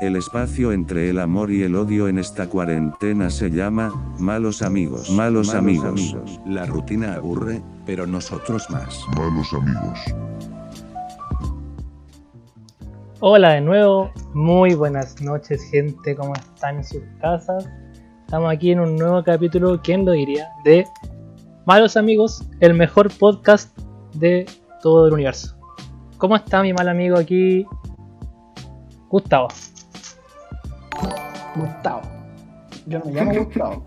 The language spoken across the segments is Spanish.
El espacio entre el amor y el odio en esta cuarentena se llama, malos amigos. Malos, Malos amigos. amigos. La rutina aburre, pero nosotros más. Malos amigos. Hola de nuevo, muy buenas noches gente, ¿cómo están en sus casas? Estamos aquí en un nuevo capítulo, ¿quién lo diría? De Malos Amigos, el mejor podcast de todo el universo. ¿Cómo está mi mal amigo aquí? Gustavo. Gustavo. Yo no me llamo Gustavo.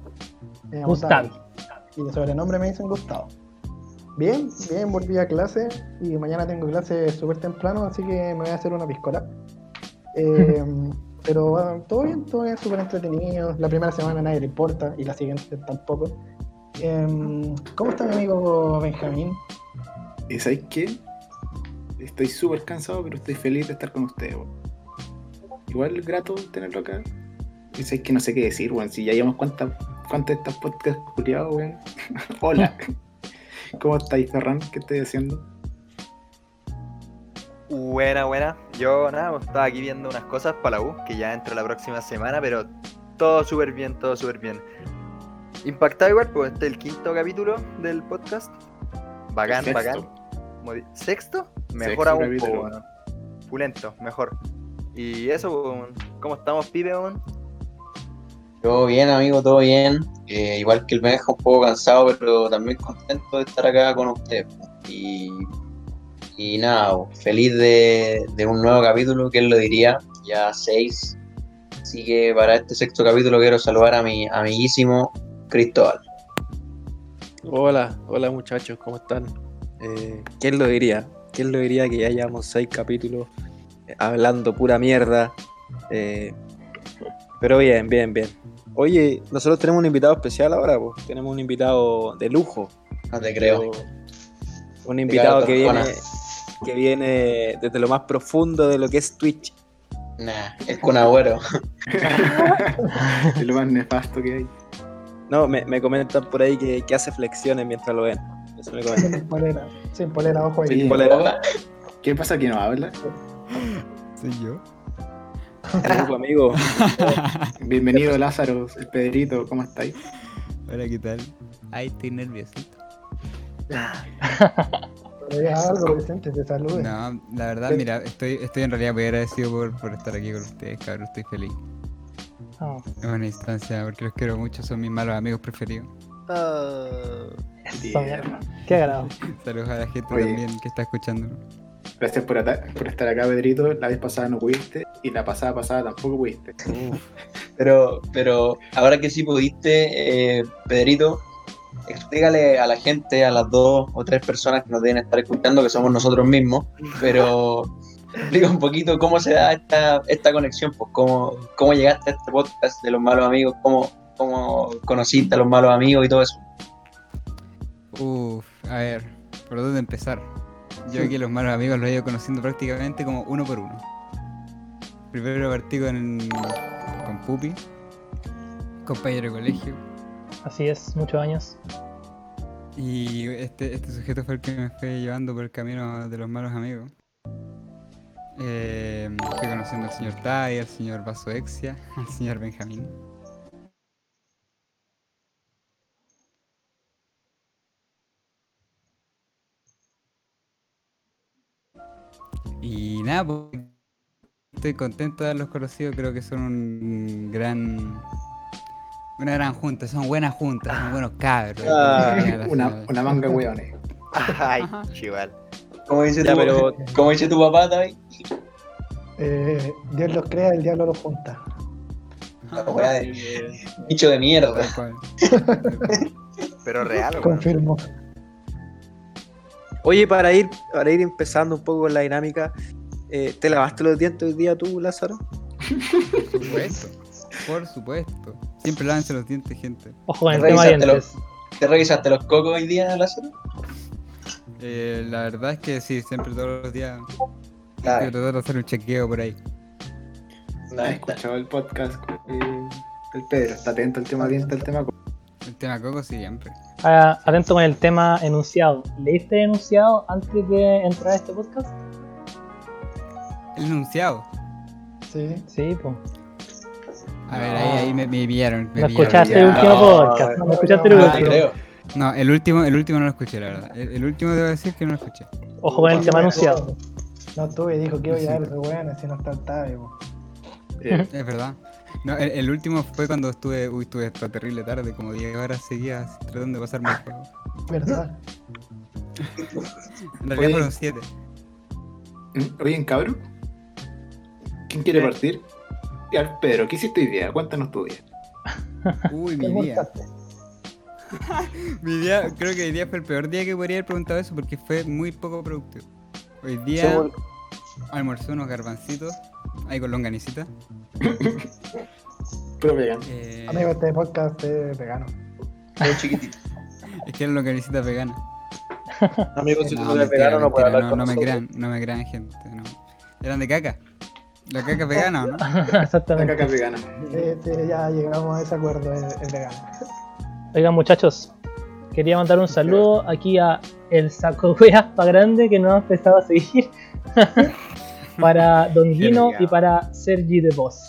Me llamo Gustavo. David. Y de sobrenombre me dicen Gustavo. Bien, bien, volví a clase y mañana tengo clase súper temprano, así que me voy a hacer una piscola. Eh, pero bueno, todo bien, todo bien, súper entretenido. La primera semana a nadie le importa y la siguiente tampoco. Em, ¿Cómo está mi amigo Benjamín? ¿Y sabéis qué? Estoy súper cansado, pero estoy feliz de estar con ustedes, weón. Igual grato tenerlo acá. Y sabéis que no sé qué decir, weón. Si ya llevamos cuántas cuántas de estas podcasts culiados, weón. Hola. ¿Cómo estáis, Ferran? ¿Qué estoy haciendo? Buena, buena. Yo nada, pues, estaba aquí viendo unas cosas para la U, que ya entra la próxima semana, pero todo súper bien, todo súper bien. Impactado igual, pues este es el quinto capítulo del podcast. Bacán, El sexto. bacán. Modi- ¿Sexto? Sexto Mejor aún, po, capítulo. weón. Pulento, mejor. Y eso, po, weón. ¿cómo estamos, pibe? weón? Todo bien, amigo, todo bien. Eh, igual que el Benja, un poco cansado, pero también contento de estar acá con ustedes. po. Y, y nada, po, feliz de, de un nuevo capítulo, ¿quién lo diría? Ya seis. Así que para este sexto capítulo quiero saludar a mi amiguísimo Cristóbal. Hola, hola muchachos, ¿cómo están? Eh, ¿Quién lo diría? ¿Quién lo diría que ya llevamos seis capítulos eh, hablando pura mierda? Eh, pero bien, bien, bien. Oye, nosotros tenemos un invitado especial ahora, pues. Tenemos un invitado de lujo. No te creo. pero Un invitado que viene, Tortona. que viene desde lo más profundo de lo que es Twitch. Nah, es con agüero. Es lo más nefasto que hay. No, me, me comentan por ahí que, que hace flexiones mientras lo ven. Eso me comentan. Sin polera, sin polera, ojo ahí. Sí. Polera, ¿Qué pasa que no habla? Soy yo. grupo, amigo. Bienvenido, Lázaro, el Pedrito, ¿cómo estáis? Hola, ¿qué tal? Ay, estoy nerviosito. Pero diga algo, Vicente, te salude. No, la verdad, Pero- mira, estoy, estoy en realidad muy agradecido por, por estar aquí con ustedes, cabrón. Estoy feliz. Ah, Es una instancia porque los quiero mucho, son mis malos amigos preferidos. eso, Bien. mierda. Qué agrado. Saludos a la gente Oye. también que está escuchando. Gracias por, ata- por estar acá, Pedrito. La vez pasada no pudiste y la pasada pasada tampoco pudiste. Pero, pero ahora que sí pudiste, eh, Pedrito, explícale a la gente, a las dos o tres personas que nos deben estar escuchando, que somos nosotros mismos, pero explica un poquito cómo se da esta, esta conexión, pues cómo, cómo llegaste a este podcast de los malos amigos, cómo, cómo conociste a los malos amigos y todo eso. Uf, a ver, ¿por dónde empezar? Yo que los malos amigos los he ido conociendo prácticamente como uno por uno. Primero partí con, con Pupi, compañero de colegio, Así es, muchos años. y este, este sujeto fue el que me fue llevando por el camino de los malos amigos. Eh, fui conociendo al señor Tai, al señor Vaso Exia, al señor Benjamín. Y nada, pues, estoy contento de haberlos conocido, creo que son un gran... Una gran junta, son buenas juntas, son buenos cabros. Ah, Una, una manga, de weones. Ay, chival. ¿Cómo dice, Ya, tu, pero- cómo dice tu papá, David? Eh, Dios los crea, el diablo los junta. La weá de bicho de mierda. Tal cual. Pero real, weón. Confirmo. Oye, para ir, para ir empezando un poco con la dinámica, eh, ¿te lavaste los dientes hoy día tú, Lázaro? Por supuesto. Por supuesto. Siempre lávense los dientes, gente. Ojo con el tema Revísatelo. dientes. ¿Te revisaste los cocos hoy día, Lázaro? Eh, la verdad es que sí, siempre todos los días Nada, hay que tratar de hacer un chequeo por ahí. nada, ¿Has está. escuchado el podcast eh, del Pedro? Está atento al tema, atento al tema. El tema coco siempre. Ah, atento con el tema enunciado. ¿Leíste el enunciado antes de entrar a este podcast? El enunciado. Sí. Sí, pues. A ver, ahí, ahí me, me pillaron. me No pillaron. escuchaste el ya. último No, podcast. No, Ah, no, escuchaste el no, No no, te pero- último. Ah, creo. No, el último, el último no lo escuché, la verdad. El, el último debo decir que no lo escuché. Ojo con el tema anunciado. No tuve, dijo que voy a Sí. dar, bueno, si no está el tabe, po. Eh, Es verdad. No, el, el último fue cuando estuve, uy, estuve hasta terrible tarde, como 10 horas seguidas tratando de pasarme el juego. ¿Verdad? En realidad Oye. fueron 7. Oye, en cabro. ¿Quién quiere Eh. partir? Ya, Pedro, ¿qué hiciste hoy día? Cuéntanos tu día. Uy, ¿Qué mi día. gustaste? Mi día, creo que hoy día fue el peor día que podría haber preguntado eso porque fue muy poco productivo. Hoy día Somos- almorcé unos garbancitos, ahí con longanicita. Pero vegano. Eh, Amigo, este podcast es vegano. Muy chiquitito. es que eran longanicitas veganas. Amigos, si tú No, no eres mentira, vegano, no mentira, puedes hablar no, con no me nosotros. crean, no me crean gente, no. Eran de caca. La caca es vegana, ¿o ¿no? La Exactamente. caca es vegana. Este, ya llegamos a ese acuerdo, es, es vegano. Oigan, muchachos, quería mandar un saludo aquí a el saco de weas pa grande que nos ha empezado a seguir. para Don Guino y para Sergi de Voz.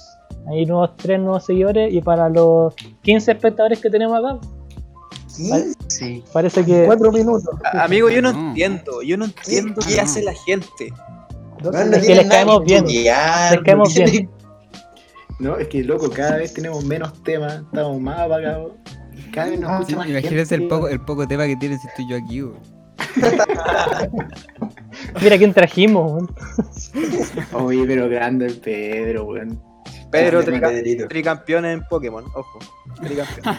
Hay nuevos, tres nuevos seguidores y para los 15 espectadores que tenemos acá. Sí. Parece que. Cuatro minutos. A- Amigo, yo no, No. entiendo, yo no entiendo Ah, qué no. hace la gente. Doce Es Bueno, que minutos. les caemos tienen nada que bien, estudiar, les caemos no bien. tienen- No, es que loco, cada vez tenemos menos temas, estamos más apagados. y Cada vez nos Ah, escucha Sí, más imagínense el gente. poco, el poco tema que tienen si estoy yo aquí, güey. Mira quién trajimos. weón. Oye, pero grande el Pedro, weón. Pedro, Grande trica- Pedrito. tricampeón en Pokémon, ojo. Tricampeón.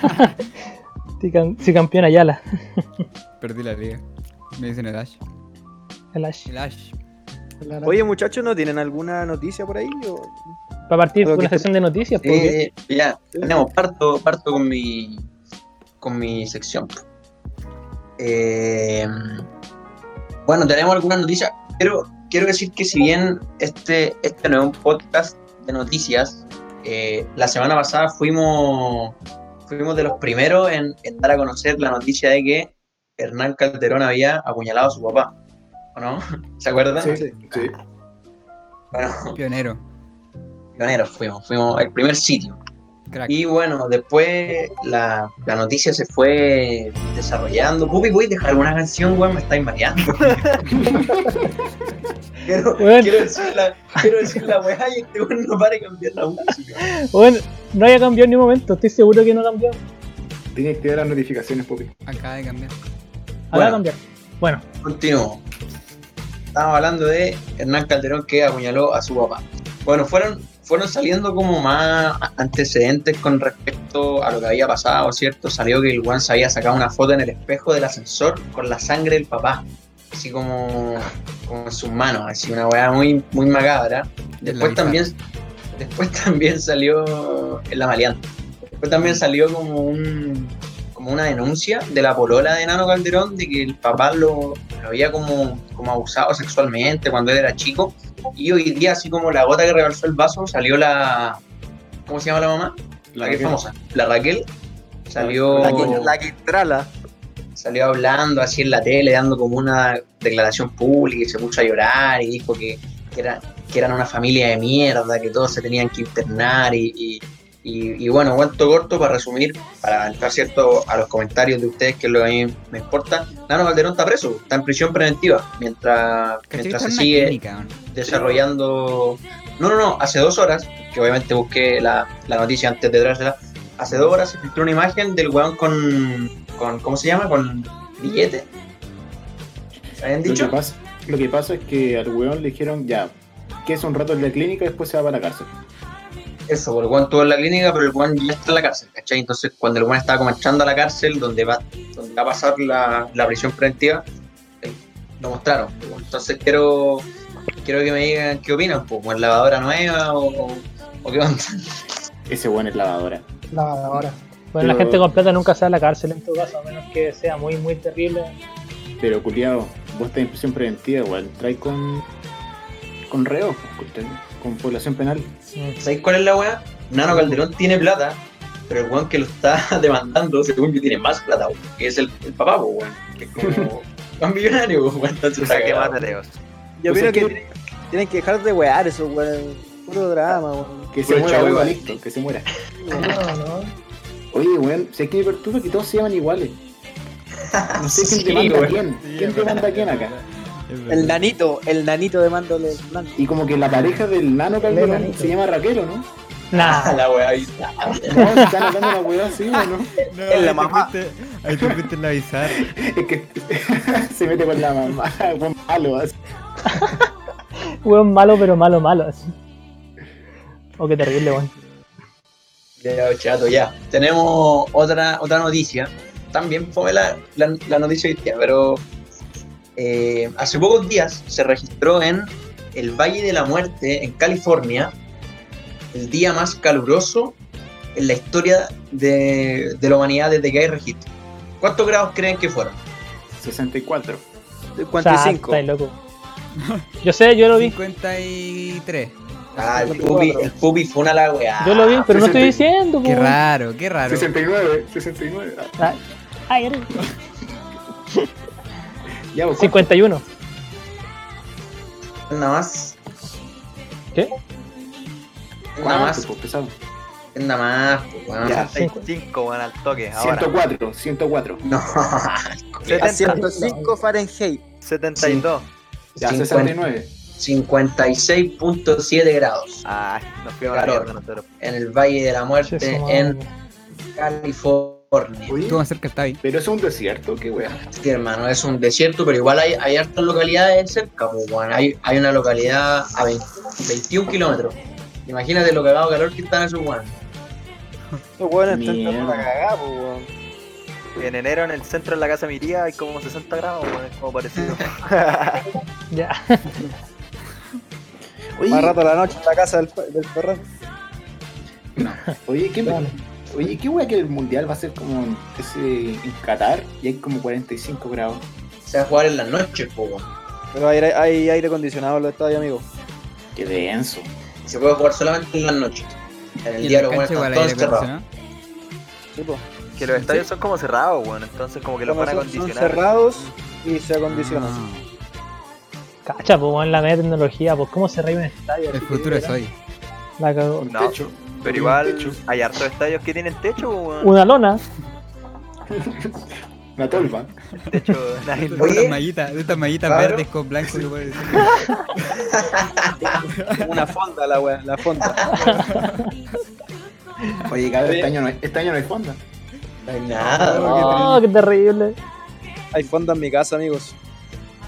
Si cam- si campeón Ayala. Perdí la liga. Me dicen el Ash. El Ash. El Ash. Claro. Oye, muchachos, ¿no tienen alguna noticia por ahí? O- Para partir Creo con que la este- sesión de noticias, porque Eh, ya, tenemos, parto, parto con mi con mi sección. Eh, bueno, tenemos algunas noticias. Quiero, quiero decir que si bien este, este no es un podcast de noticias, eh, la semana pasada fuimos, fuimos de los primeros en, en dar a conocer la noticia de que Hernán Calderón había apuñalado a su papá. ¿O no? ¿Se acuerdan? Ah, Sí, sí. Bueno, Pionero. pioneros fuimos, fuimos el primer sitio. Crack. Y bueno, después la, la noticia se fue desarrollando. Pupi, ¿puedes dejar una canción, weón? Me estáis mareando. quiero, Weón. quiero decir la, quiero decir la weá y este weón no para de cambiar la música. bueno, no haya cambiado en ni un momento. Estoy seguro que no cambió. Tiene que activar las notificaciones, Pupi. Acaba de cambiar. Ahora Bueno. cambiar. Bueno, Continuo. Estábamos hablando de Hernán Calderón que apuñaló a su papá. Bueno, fueron, fueron saliendo como más antecedentes con respecto a lo que había pasado, ¿cierto? Salió que el Juan se había sacado una foto en el espejo del ascensor con la sangre del papá, así como, como en sus manos, así una weá muy, muy macabra. Después La también, después también salió en la maleante. Después también salió como un como una denuncia de la polola de Nano Calderón de que el papá lo, lo había como, como abusado sexualmente cuando él era chico. Y hoy día, así como la gota que rebalsó el vaso, salió la. ¿Cómo se llama la mamá? La, que es famosa. La Raquel. Salió, La que- La que trala. salió hablando así en la tele, dando como una declaración pública y se puso a llorar y dijo que, que era, que eran una familia de mierda, que todos se tenían que internar y, y- y- y bueno, cuento corto para resumir, para entrar cierto a los comentarios de ustedes, que es lo que a mí me importa. Nano Calderón está preso, está en prisión preventiva, mientras, ¿Cachai que mientras está en se una sigue clínica, ¿o no? desarrollando. No, no, no, hace dos horas, que obviamente busqué la, la noticia antes de traérsela. Hace dos horas se filtró una imagen del weón con. con ¿Cómo se llama? Con billete. ¿Habían Lo que, dicho? pasa, lo que pasa es que al weón le dijeron ya, que es un rato en la clínica y después se va para la cárcel. Eso, porque el weón estuvo en la clínica, pero el weón ya está en la cárcel, ¿cachai? Entonces, cuando el weón estaba como entrando a la cárcel, donde va, donde va a pasar la, la prisión preventiva, eh, lo mostraron. pues. Entonces, quiero quiero que me digan qué opinan, pues, ¿como lavadora nueva o, o qué onda? Ese weón es lavadora. Lavadora. bueno, la Pero- gente completa nunca sale a la cárcel en tu caso, a menos que sea muy, muy terrible. Pero culiado, vos estás en prisión preventiva, weón. Trae con. con reos, con, con población penal. Mm. ¿Sabéis cuál es la weá? Nano Calderón tiene plata, pero el weón que lo está demandando, según yo, tiene más plata, weón, que es el, el papá, po, weón. Que es como más millonario, po, weón. Entonces, O sea, que está más cagado. teos. Yo Pues creo es que tienen que dejar de wear esos weón. Puro drama, weón. Que se Puro muera, chavo weón, igual. listo, que se muera. No, no. Oye, weón, sé que me perturba que todos se llaman iguales. No sé Sí, quién demanda a weón. quién. ¿Quién demanda a quién acá? El nanito, el nanito de mando del plan. Y como que la pareja del nano Calderón Lenanito. se llama Raquel, ¿o no? Nah, Ah, la weá, ahí está. No, se están hablando una weá así, ¿o no? en la ahí te mamá. fuiste- Ahí te fuiste en la bizarra. Es que se mete con la mamá, con malo. así. weón malo, pero malo, malo. Así. Oh, qué terrible, weón. Ya, chato, ya. Tenemos otra, otra noticia. También fue la, la, la noticia hoy día, pero eh, hace pocos días se registró en el Valle de la Muerte, en California, el día más caluroso en la historia de, de la humanidad desde que hay registro. ¿Cuántos grados creen que fueron? 64. Exacto, 45. estáis loco. Yo sé, yo lo vi. Uh. 53. Ah, el pupi, el pupi fue una la weá. Yo lo vi, pero no estoy 60. diciendo, po, Qué weón. raro, qué raro. 69, 69. Ah, Ah, ay, eres- Ya, pues, vos, 51. Nada más. ¿Qué? Nada ¿cuánto? más, Pues, pesado. nada más. pues, weón. Ah, Ya. 65, weón, al toque. Ahora. 104, 104. No. A 70, 105 Fahrenheit. 72. Ya, 50. 69. 56.7 grados Ah, nos fuimos a la Calor. mierda nosotros. en el Valle de la Che, Muerte su madre. en California. Oye, Estuvo más cerca, está ahí. pero es un desierto, qué weá. Sí, hermano, es un desierto, pero igual hay, hay hartas localidades cerca. pues, weón. hay, hay una localidad a 20 21 kilómetros. Imagínate lo cagado de calor que están esos weones. Los weones están Mierda. tratando la cagada, po, weón. En enero en el centro de la casa de mi tía hay como 60 grados, weón, es como parecido. Ya. Oye, Más rato a la noche en la casa del, per- del perro. oye, qué Dale. Oye, qué weá que el mundial va a ser como en, ese, en Qatar y hay como 45 grados. Se va a jugar en las noches, pues, weón. Pero hay, hay aire acondicionado en los estadios, amigo. Qué denso. Se puede jugar solamente en las noches. En el Y día en los la weones cancha igual están hay todos aire cerrados. acondicionado. Sí, po. que los estadios son como cerrados, weón, entonces como que los Como van a son, son acondicionar. cerrados y se acondicionan. Cacha, po, weón, la media tecnología, pues cómo se reí un estadio. Ah, el futuro es hoy. La cagó. Con No, techo. Pero igual hay hartos estadios que tienen techo, weón. Una lona. Una tolva. Techo, nadie De lo- Oye. estas mallitas, de estas mallitas Claro. verdes con blanco. lo puedes decir. Una fonda la weá, la fonda. Oye, cabrón, este año no hay, este año no hay fonda. No hay nada. Oh, qué terrible. Hay fonda en mi casa, amigos.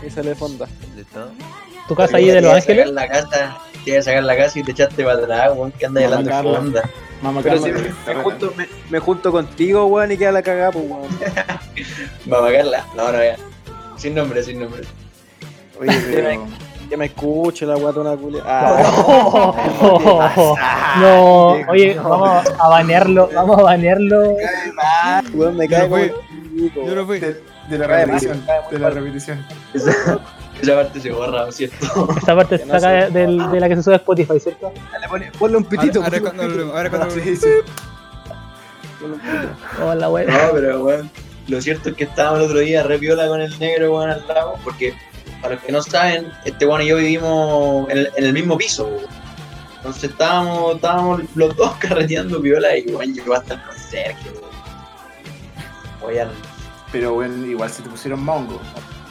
Ahí sale fonda. ¿Listo? ¿Tu casa ahí de Los Tienes Ángeles? que sacar la casa, tienes que sacar la casa y te echaste para atrás, weón, que andas Mamá hablando de Carla. fonda. Mamá Pero Carla, si que me, está me buena. junto, me, me junto contigo, weón, y queda la cagada, pues, weón. Mamá Carla, no, no, ya. Sin nombre, sin nombre. Oye, pero. Que me escuche la guatona culia. Ah, Oh, oh, oh, oh. No, oye, vamos a banearlo, vamos a banearlo. weón, me Yo cae no como fui, el pico, yo no fui. De, de la Cae mal, repetición. cae mal. De la repetición. Esa, esa parte se borra, ¿no es cierto? Esta parte se no saca sé. de, del- de la que se sube a Spotify, ¿cierto? Le pone- Ponle un pitito. Ahora, ahora cuando ponle un pitito. lo- ahora cuando lo- Ah, Sí, sí. Hola, weón. No, pero weón, lo cierto es que estábamos el otro día re piola con el negro, weón, al lado, porque para los que no saben, este weón y yo vivimos en el, en el mismo piso, weón. Entonces estábamos, estábamos los dos carreteando piola y weón llegó hasta el conserje, weón. Voy al Pero bueno, igual se te pusieron mongo.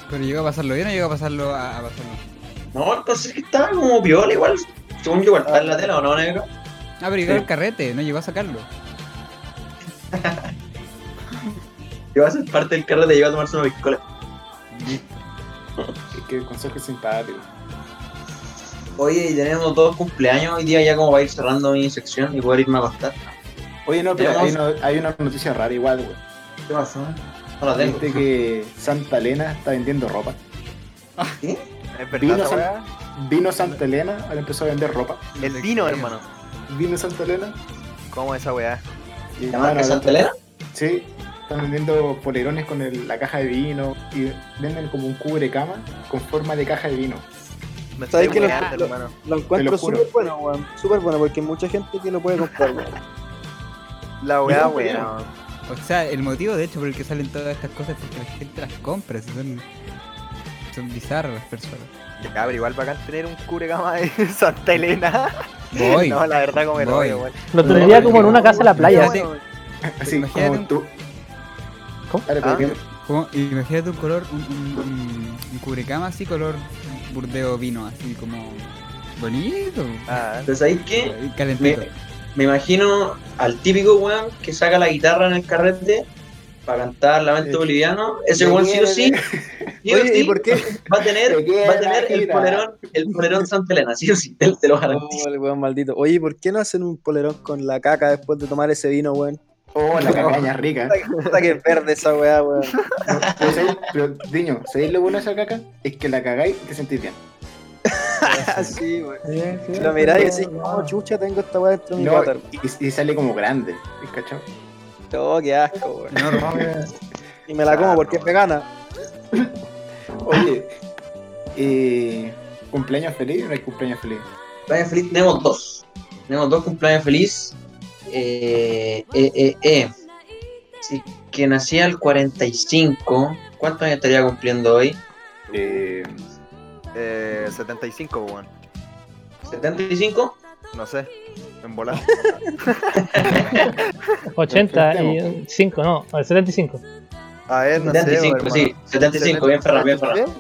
Pero llegó a pasarlo bien o llegó a pasarlo a, a pasarlo. No, el conserje estaba como viola igual. Según yo, igual está en la tela, ¿o no, negro? Ah, pero llegó al carrete, no llegó a sacarlo. Que va a ser parte del carrete y va a tomarse una piscola. Es que el consejo es simpático. Oye, y tenemos dos cumpleaños hoy día ya como va a ir cerrando mi sección y poder irme a acostar. Oye, no, pero hay, Tenemos- no- hay una noticia rara igual, güey. ¿Qué pasó? No la tengo. Viste que Santa Elena está vendiendo ropa. ¿Qué? ¿Es verdad Vino esa San- weá? Vino Santa Elena, ahora empezó a vender ropa. El vino, hermano. Vino Santa Elena. ¿Cómo es esa weá? Y, ¿La marca bueno, Santa Elena? Sí, están vendiendo polerones con el- la caja de vino y venden como un cubre cama con forma de caja de vino. Me ¿Sabes estoy que lo- weando, lo- hermano. Lo encuentro lo juro. súper bueno, weón. Súper bueno, porque hay mucha gente que lo puede comprar, weón. La weá, Mira, weá. O sea, el motivo de hecho por el que salen todas estas cosas es porque la gente las compra, si son, son bizarras las personas. Ya, pero igual bacán tener un cubrecama de Santa Elena. Voy. No, la verdad, como el Voy. hoyo, weón. Lo No, traería como en no, una casa en la playa. Imagínate, Así Imagínate como un- tú. ¿Cómo? Dale, pues, Ah. Pedro. como- imagínate un color, un, un, un- un cubrecama así, color burdeo vino, así como bonito, Ah, Entonces, ¿sabéis qué? calentito. Me- Me imagino al típico weón que saca la guitarra en el carrete para cantar Lamento Eh, Boliviano. Ese me weón sí o sí, sí o Oye, ¿y sí por qué? va a tener, me queda va a tener la el gira? polerón, el polerón Santa Elena, sí o sí, te, te lo garantizo. Oh, el weón maldito. Oye, ¿por qué no hacen un polerón con la caca después de tomar ese vino, weón? Oh, la cacaña es rica. Puta que es verde esa weá, weón. Pero, ¿sabéis- pero, Diño, ¿sabéis lo bueno de esa caca? Es que la cagáis y te sentís bien. sí, weón. Sí, sí, Lo miráis y sí, decís, no, no, chucha, tengo esta weá dentro de mi No, water. y, y sale como grande. ¿Cachao? Oh, qué asco, weón. No, no, no, mira, Y me la como Ah, porque no. es vegana. Oye, eh, cumpleaños feliz o no hay cumpleaños feliz. Cumpleaños feliz, tenemos dos. Tenemos dos cumpleaños feliz. Eh, eh, eh, eh. Sí, que nacía el 45. ¿Cuántos años estaría cumpliendo hoy? Eh, eh, 75, weón. ¿75? No sé. En volar. 80 y 5, no, a ver, 75. A ver, Ah, no sé. 75, weón, sí. 75, bien Ferran, bien Ferran. hermano.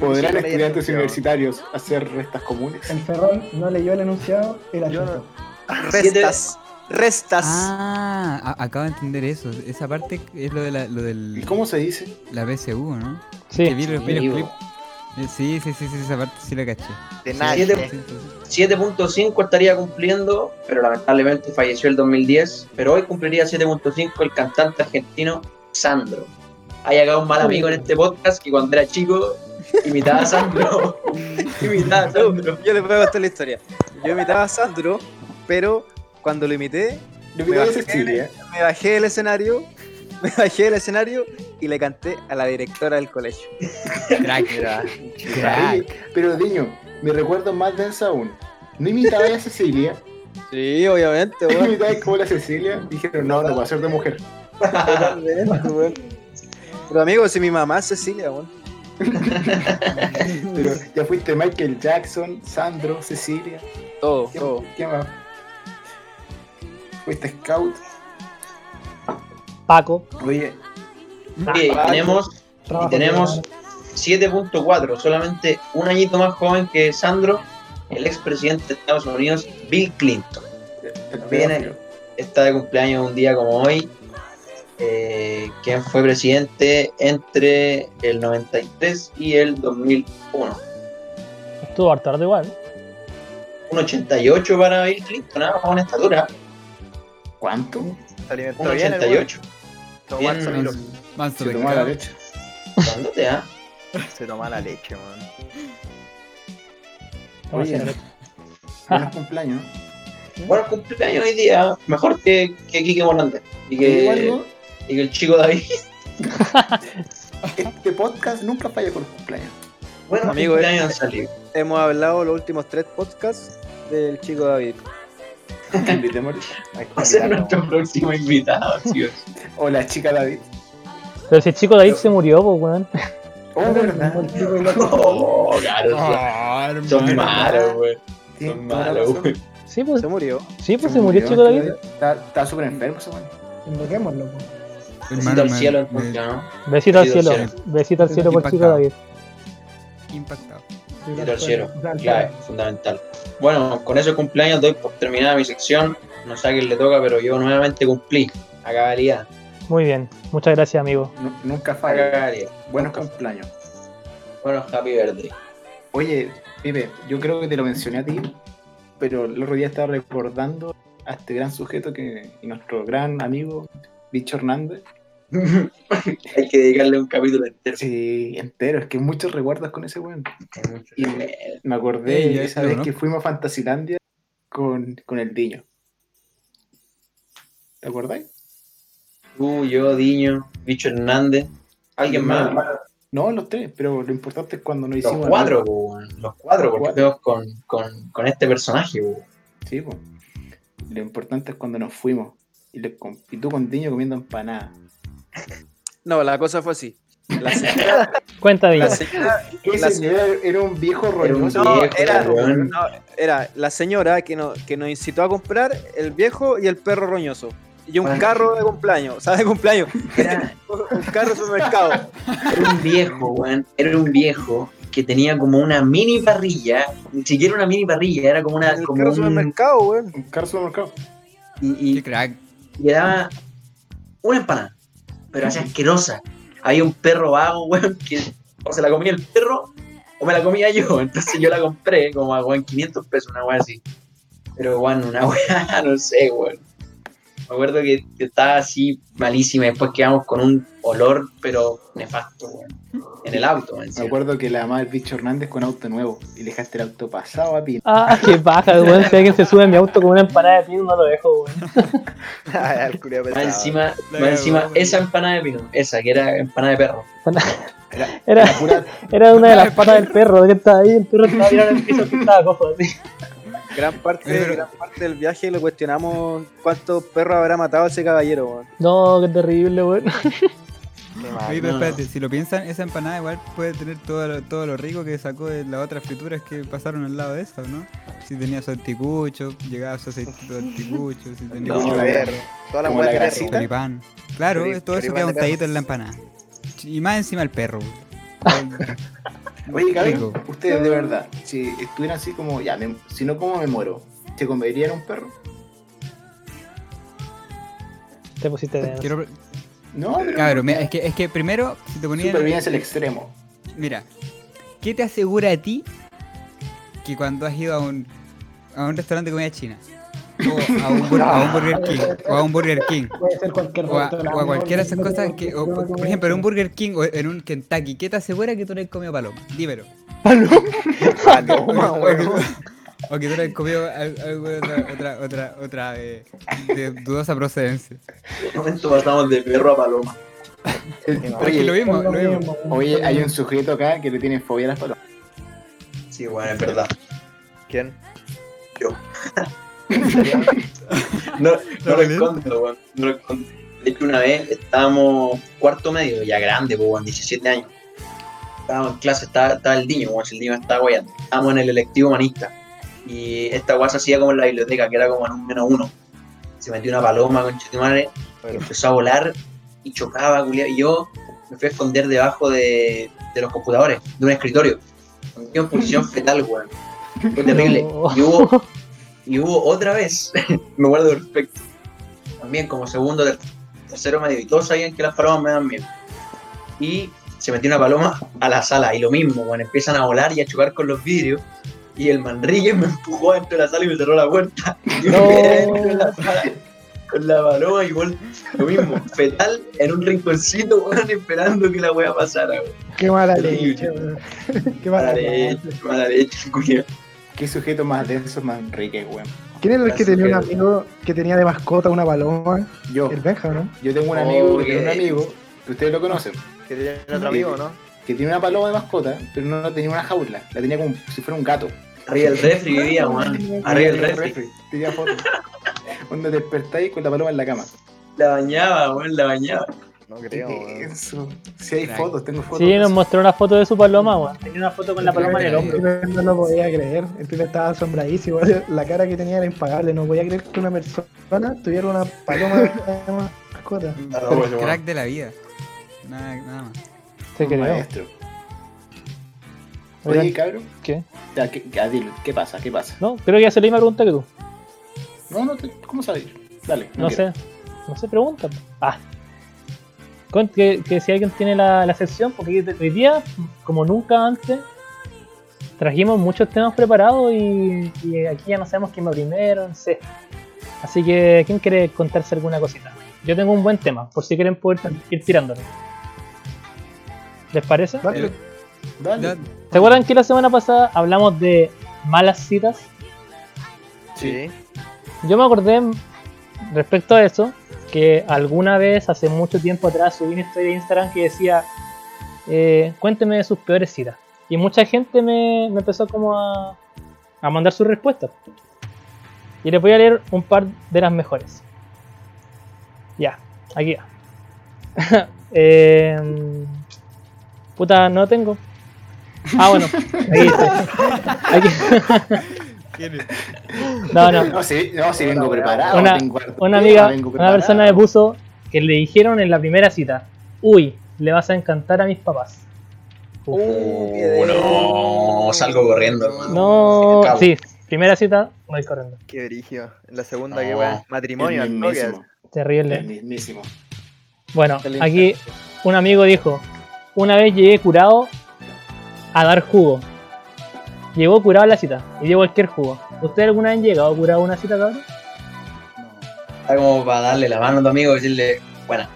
¿Podrán Sí, estudiantes sí, universitarios hacer restas comunes? el Ferrón no leyó el enunciado, era Yo no- chuto. Ah, Restas. Restas. Ah, a- acabo de entender eso. Esa parte es lo de la, lo del, ¿Y cómo se dice? la BCU, ¿no? Que Sí, vi los, vi Sí, los clips. Eh, Sí, sí, sí, sí, esa parte sí la caché. De Sí, nadie. sí, sí, sí. 7.5 estaría cumpliendo, pero lamentablemente falleció el 2010. Pero hoy cumpliría 7.5 el cantante argentino Sandro. Hay acá un mal amigo en este podcast que cuando era chico imitaba a Sandro. imitaba a Sandro. Yo les voy a contar la historia. Yo imitaba a Sandro, pero cuando lo imité, Yo Me creo que bajé. Cecilia. me bajé del escenario, me bajé del escenario y le canté a la directora del colegio. Mira, Crack. ¿eh? Oye, Pero Diño, me recuerdo más densa aún. No imitaba a Cecilia, Sí, obviamente, no weón. imitaba como la Cecilia. Dijeron, no, no va a ser de mujer. Totalmente, weón. Pero amigo, si mi mamá es Cecilia, weón. Pero ya fuiste Michael Jackson, Sandro, Cecilia. Todo, ¿Qué, todo. qué más? Fuiste Scout. Paco. Oye, Oye, y tenemos Y Trabajo tenemos que 7.4, solamente un añito más joven que Sandro, el expresidente de Estados Unidos, Bill Clinton. el Viene. pedófilo. Está de cumpleaños un día como hoy, eh, quien fue presidente entre el 93 y el 2001. Estuvo harto tarde igual. Un 88 para Bill Clinton, nada más una estatura, ¿Cuánto? se alimentó un bien el weón. 88. Tomó harto Bien. milo. Manso Se tomaba la pescado. leche. Grandote, ¿ah? Se toma la leche, weón. Vamos Oye. a hacer- Buenos cumpleaños. Bueno, cumpleaños hoy día, ¿ah? mejor que, que Kike Morante y Te digo que, algo, y que el chico David. Este podcast nunca falla con los cumpleaños. Bueno, Amigo, eh. cumpleaños han salido. Hemos hablado los últimos tres podcasts del chico David. Invitémosle. Hay que Va a ser invitarlo. nuestro próximo invitado, tío. Hola, chica David. Pero si el chico de ahí se murió, pues, weón. Oh, verdad. El chico igual- Oh, claro, Ah, son hermano. malos, güey. Tienes Son toda la malos, razón. güey. Sí, pues, Se murió. sí, pues se murió el chico de ahí. este Está está súper enfermo ese weón. Invoquémoslo, po. Besito al me- cielo, me- entonces, ¿no? Besito al cielo. Querido Besito al cielo por el chico Impactado. David. Impactado. Besito al cielo. Plan, Clave, fundamental. Bueno, con esos cumpleaños doy por terminada mi sección. No sé a quién le toca, pero yo nuevamente cumplí. A cabalidad. Muy bien. Muchas gracias, amigo. Nu- Nunca A falla. cabalidad. Buenos cumpleaños. Bueno, happy birthday. Oye, Pipe, yo creo que te lo mencioné a ti, pero el otro día estaba recordando a este gran sujeto que y nuestro gran amigo, Bicho Hernández. Hay que dedicarle un capítulo entero. Sí, entero, es que muchos recuerdos con ese weón. Y me, me acordé Ey, ya esa lo vez que conozco. fuimos a Fantasilandia con, con el Diño. ¿Te acordáis? Tú, yo, Diño, Bicho Hernández. Alguien más. No, los tres, pero lo importante es cuando nos Los hicimos. cuatro, güey. Los cuatro, porque Cuatro. fuimos con, con, con este personaje, güey. Sí, po. Lo importante es cuando nos fuimos. Y, le com- y tú con Diño comiendo empanada. No, la cosa fue así. La señora, Cuenta bien. La señora, ¿Qué La- señora? Era un viejo roñoso. No, viejo, era- weón. no, era la señora que, no- que nos incitó a comprar el viejo y el perro roñoso. Y un Bueno. carro de cumpleaños, o sea, de cumpleaños, Era, un carro de supermercado. era un viejo, weón. Era un viejo que tenía como una mini parrilla. Ni siquiera una mini parrilla, era como una. El Como carro de un, supermercado, weón. Un carro supermercado. y, Qué y crack. le daba una empanada, pero así asquerosa. Había un perro vago, weón, que o se la comía el perro o me la comía yo. Entonces yo la compré como a weón, 500 pesos, una weá así. Pero weón, una weá, no sé, weón. Me acuerdo que estaba así malísima. Después quedamos con un olor, pero nefasto, weón. En el auto, weón. Me acuerdo que la mamá del bicho Hernández con auto nuevo y le dejaste el auto pasado a pino. Ah, qué baja, weón. Si alguien se sube a mi auto con una empanada de pino, no lo dejo, weón. Al Ah, culiao Más pesado. Ah, encima, La más cagó, encima weón. esa empanada de pino, esa que era empanada de perro. Era, La pura, era una de las patas del perro que estaba ahí. El perro estaba tirado en el piso que estaba cojo así. Gran parte, Pero- gran parte del viaje le cuestionamos cuántos perros habrá matado ese caballero, weón. No, qué terrible, weón. Qué mal. Oye, pero no. espérate, si lo piensan, esa empanada igual puede tener todo lo, todo lo rico que sacó de las otras frituras que pasaron al lado de esa, ¿no? Si tenía su anticucho, llegaba su aceitito de anticucho, si tenía Como la verga. Toda la Como weá la tiene grasita. su rica. choripán. Claro, Chori- todo eso choripán queda de un tallito perro. en la empanada. Ch- Y más encima el perro. Oye, cabrón, Rico. ustedes de verdad, si estuvieran así como, ya, me- si no, ¿cómo me muero? ¿Se comerían un perro? Te pusiste de Quiero- No, pero Cabrro, mira, es que, es que primero, si te ponían... Eh, Supervivencia es el extremo. Mira, ¿qué te asegura a ti que cuando has ido a un, a un restaurante de comida china? O a un, bur- a un Burger King. O a un Burger King. Puede ser cualquier O a, restaurante, o a cualquiera de esas cualquier cosas que, o, por- por ejemplo, en un Burger King o en un Kentucky, ¿qué te asegura que tú no has comido paloma? Dímelo. Paloma, O que- weón. O que tú no has comido al- algo de otra, otra, otra, otra, eh, de dudosa procedencia. De momento pasamos de perro a paloma. Pero es que lo Oye, mismo, Es lo lo mismo. mismo, weón. oye, hay un sujeto acá que le tiene fobia a las palomas. Sí, weón, es verdad. ¿Quién? No, no lo ¿También? escondo, weón. No lo escondo. De hecho, una vez estábamos cuarto medio, ya grande, po, weón, 17 años. Estábamos en clase, estaba, estaba el niño, weón, si el niño estaba guayando. Estábamos en el electivo humanista. Y esta guasa se hacía como en la biblioteca, que era como en un menos uno. Se metió una paloma con madre, empezó a volar y chocaba, culiao, Y yo me fui a esconder debajo de, de los computadores, de un escritorio. Me quedé en posición fetal, weón. Fue terrible. No. Y hubo, y hubo otra vez, me guardo perfecto. También como segundo, ter- tercero medio, y todos sabían que las palomas me dan miedo. Y se metió una paloma a la sala, y lo mismo, bueno, empiezan a volar y a chocar con los vidrios. Y el manrillo me empujó dentro de la sala y me cerró la puerta. Y yo No. me quedé dentro de la sala con la paloma igual, lo mismo, fetal en un rinconcito, weón, esperando que la wea pasara, weón. Qué mala Terrible. leche, weón. Qué mala Mala leche, leche. mala leche, culiao. ¿Qué sujeto más denso, más rique, weón? ¿Quién era el que Así tenía un que- amigo que tenía de mascota una paloma? Yo, El Benja, ¿no? yo tengo un amigo, Oh, que tiene un qué- amigo, que ustedes lo conocen, ¿Que tiene otro amigo, no? que tiene una paloma de mascota, pero no tenía una jaula, la tenía como si fuera un gato. Arriba del refri vivía, weón. Arriba del refri. Tenía foto. Cuando despertáis con la paloma en la cama. La bañaba, weón, la bañaba. No creo, weón. Eso. Si hay Crack. fotos, tengo fotos. Sí, nos mostró una foto de su paloma, weón. Tenía una foto con la paloma en el hombro. No lo podía creer. El pibe estaba asombradísimo. La cara que tenía era impagable. No podía creer que una persona tuviera una paloma de mascota. Un Ah, bueno, Crack de la vida. Nada, nada más. Se Un creó. Maestro. Oigan. Oye, cabrón. ¿Qué? Ya, que- ya, dilo, ¿qué pasa? ¿Qué pasa? No, creo que ya se la misma pregunta que tú. No, no, te, ¿cómo sabes? Dale. No quiero. sé. No sé, pregunta. po. Ah. Con- Que, que si alguien tiene la, la sección, porque hoy día, como nunca antes, trajimos muchos temas preparados y, y aquí ya no sabemos quién va primero, no sé. Así que, ¿quién quiere contarse alguna cosita? Yo tengo un buen tema, por si quieren poder ir tirándolo. ¿Les parece? Dale, Dale. ¿Se acuerdan que la semana pasada hablamos de malas citas? Sí. Yo me acordé respecto a eso que alguna vez hace mucho tiempo atrás subí una historia de Instagram que decía eh, cuénteme de sus peores citas y mucha gente me, me empezó como a, a mandar sus respuestas y les voy a leer un par de las mejores ya aquí va Eh, Em, Puta, no tengo. Ah, bueno. Aquí está. Aquí- No, Ah, no. No, si, no, si vengo preparado. Una, vengo harto una tema, amiga, vengo una preparado. persona me puso que le dijeron en la primera cita, uy, le vas a encantar a mis papás. Uh, no, salgo corriendo, hermano. No, Cabo. sí, primera cita, voy corriendo. Qué brigio. La segunda, No, qué weá. El Matrimonio, al toque. mismísimo. El Terrible. mismísimo. Bueno, aquí un amigo dijo, una vez llegué curado a dar jugo. Llegó curado a la cita y dio cualquier jugo. ¿Ustedes alguna vez han llegado curado a una cita, cabrón? Está como para darle la mano a tu amigo y decirle, buena.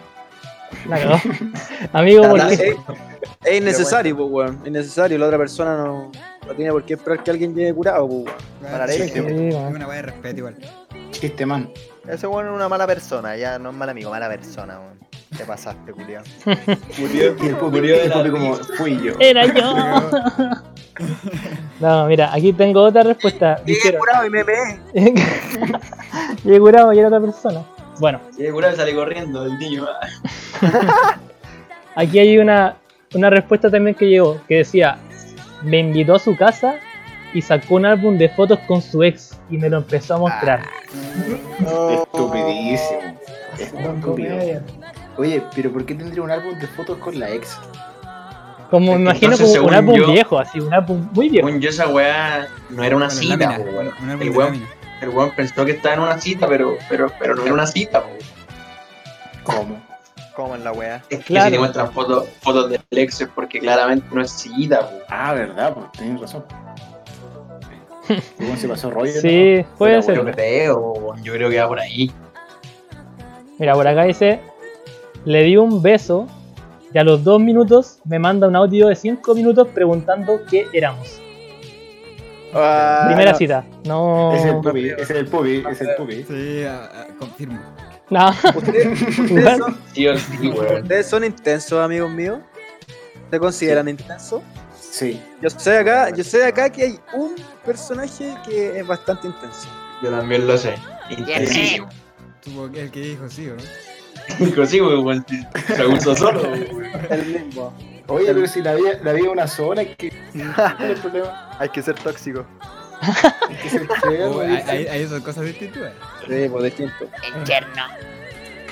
La cagó. Amigo, ¿por qué? Es innecesario, pues, weón. Es innecesario. La otra persona no, no tiene por qué esperar que alguien llegue curado, pues, weón. Para Sí, ley. sí, Sí, Es man. una weá de respeto igual. Chiste, man. Ese weón es una mala persona, ya no es mal amigo, mala persona, weón. Te pasaste, culiao. Murió, Y el Pope, y el Pope como, fui yo. Era yo. No, mira, aquí tengo otra respuesta. Dijeron, curado y me pegué. Llegué curado y era otra persona. Bueno, Llegué curado y salí corriendo del niño. aquí hay una, una respuesta también que llegó, que decía, me invitó a su casa y sacó un álbum de fotos con su ex y me lo empezó a Ah, mostrar. Estupidísimo. Don Estúpido. comedia. Oye, pero ¿por qué tendría un álbum de fotos con la ex? Como me imagino Entonces, como un según álbum yo- viejo, así, un álbum muy viejo. Según yo, esa weá no era una Bueno, cita, lámina, pues, weón. un árbol El de weón lámina. El weón pensó que estaba en una cita, pero, pero, pero no era una cita. po. ¿Cómo? ¿Cómo es la weá? Es que Claro. si te muestran fotos, fotos del ex es porque claramente no es cita. po. Ah, verdad, pues tenés razón. ¿Cómo se pasó rollo? Sí, puede Pero, ser. Yo creo, po, weón. yo creo que va por ahí. Mira, por acá dice, le di un beso y a los dos minutos me manda un audio de cinco minutos preguntando qué éramos. Ah, Primera cita. No. ¿no? Es el pubi, es el pubi, es el pubi. Sí, a- a- confirmo. No. ¿Ustedes, ustedes son, Sí o sí, weón. ustedes son intensos, amigos míos? ¿Se consideran intensos? Sí. Yo sé acá, yo sé acá que hay un personaje que es bastante intenso. Yo también lo sé. Intensísimo. Tuvo el que dijo sí, ¿o ¿no? Inclusive, weón, se usa solo. weón. El mismo. Oye, pero si la vida la vida es una sola, que ¿cuál es el problema? Hay que ser tóxico. Es que se entrega, Oh, güey. ahí- ahí- ahí son cosas distintas. Sí, pues distinto. No,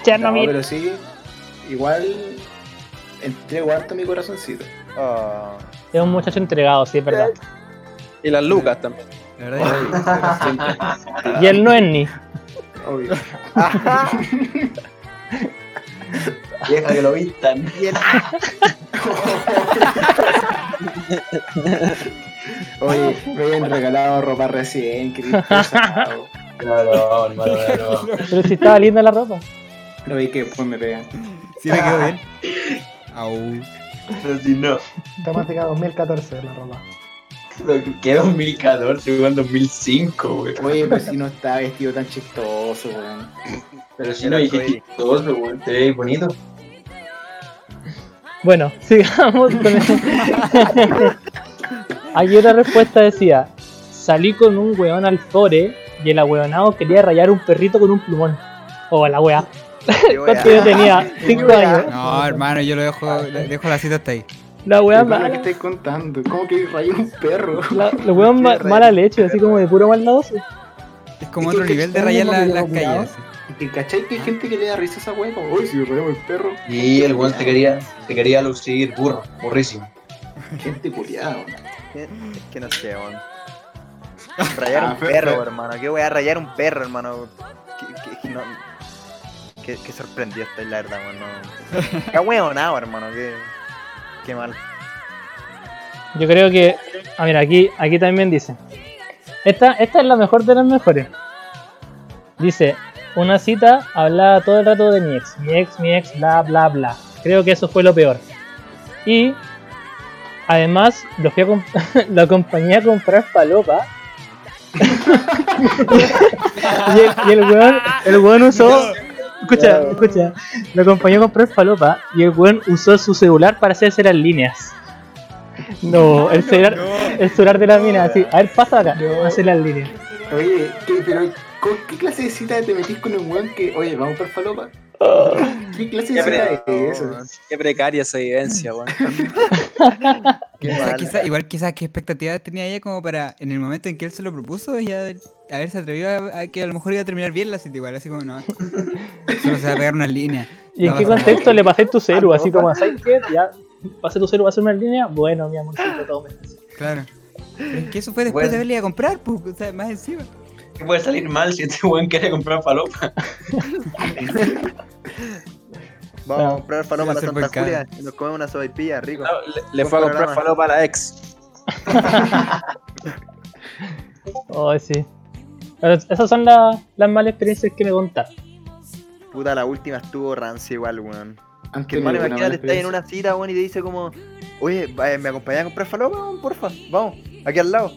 Chernobyl. pero sí, igual entrego harto mi corazoncito. Oh. Es un muchacho entregado, sí, es verdad. Y las lucas también. La verdad es Y él no es ni. Obvio. Ah, Deja que lo vistan. Oye, me habían regalado ropa recién, que pesado. Claro, hermano, claro. Pero si estaba linda la ropa. No vi que después me pegan. que sí me quedó bien. Au. Pero si no. Temática 2014 la ropa. ¿Qué 2014? Weón, 2005, weón. Oye, pero si no está vestido tan chistoso, weón. Pero si no, dije chistoso, weón. Te veis bonito. Bueno, sigamos con eso. Aquí otra respuesta decía: Salí con un weón al fore y el ahueonado quería rayar un perrito con un plumón. Oh, la wea. Qué weá. ¿Cuánto yo tenía? Cinco años. No, hermano, yo lo dejo, le- dejo la cita hasta ahí. La wea ¿Cómo es lo que mala. estáis contando? ¿Cómo que rayó un perro? La, la wea ma- mala leche, así como de puro maldadoso. Es como Es que otro nivel de es rayar lo la- que yo las opinaba. calles. ¿Y cachai que hay gente que le da risa a esa weá? Como, Ah. uy, si rayamos el perro. Y el weón te quería, te quería lucir burro, burrísimo. Gente culiada, weón. ¿Qué- Que no sé, weón. Rayar Ah, un fe- fe- perro, hermano. ¿Qué voy a rayar un perro, hermano? Qué, qué- qué no- qué- qué sorprendido estoy, la verdad, weón. no. Qué hueonado, hermano. Qué, qué mal. Yo creo que. Ah, mira, aquí, aquí también dice. Esta, esta es la mejor de las mejores. Dice, una cita hablaba todo el rato de mi ex. Mi ex, mi ex, bla, bla, bla. Creo que eso fue lo peor. Y además lo, fui a comp- lo acompañé a comprar palopa. y el, y el weón, el weón usó... Escucha, escucha. Lo acompañó a comprar palopa y el weón usó su celular para hacerse las líneas. No, el celular, el celular de la mina, así. A ver, pasa acá. Hace las líneas. Oye, ¿qué, pero ¿con qué clase de cita te metís con un weón que, oye, vamos por falopa? ¿Qué clase de Ya, cita pero- es eso? Qué precaria esa vivencia, weón. Qué Quizá- mala. quizá- igual quizás qué expectativas tenía ella como para, en el momento en que él se lo propuso, ella haberse atrevido a, a que a lo mejor iba a terminar bien la cita igual, así como no. Solo se va a pegar una línea. ¿Y en qué contexto le pasé tu celu? Así como, ¿sabes qué? Ya, pasé tu celu, pasé una línea. Bueno, mi amorcito, tome. Claro. Pero es que eso fue después Bueno. de haberle ido a comprar, pues, o sea, más encima. ¿Qué puede salir mal si este weón quiere comprar falopa? Vamos No. a comprar falopa a Iba a la ser Santa volcán. Julia y nos comemos una sopaipilla, rico. No, le, le fue a Buen programa. comprar falopa a la ex. Oh, sí. Pero Esas son la- las malas experiencias que me contaste. Puta, la última estuvo rancia igual, weón. Han tenido Que hermano, una mala imagínate, estás en experiencia. una cita, weón, y te dice como, oye, va, eh, ¿me acompañas a comprar falopa, weón? Porfa, vamos, aquí al lado.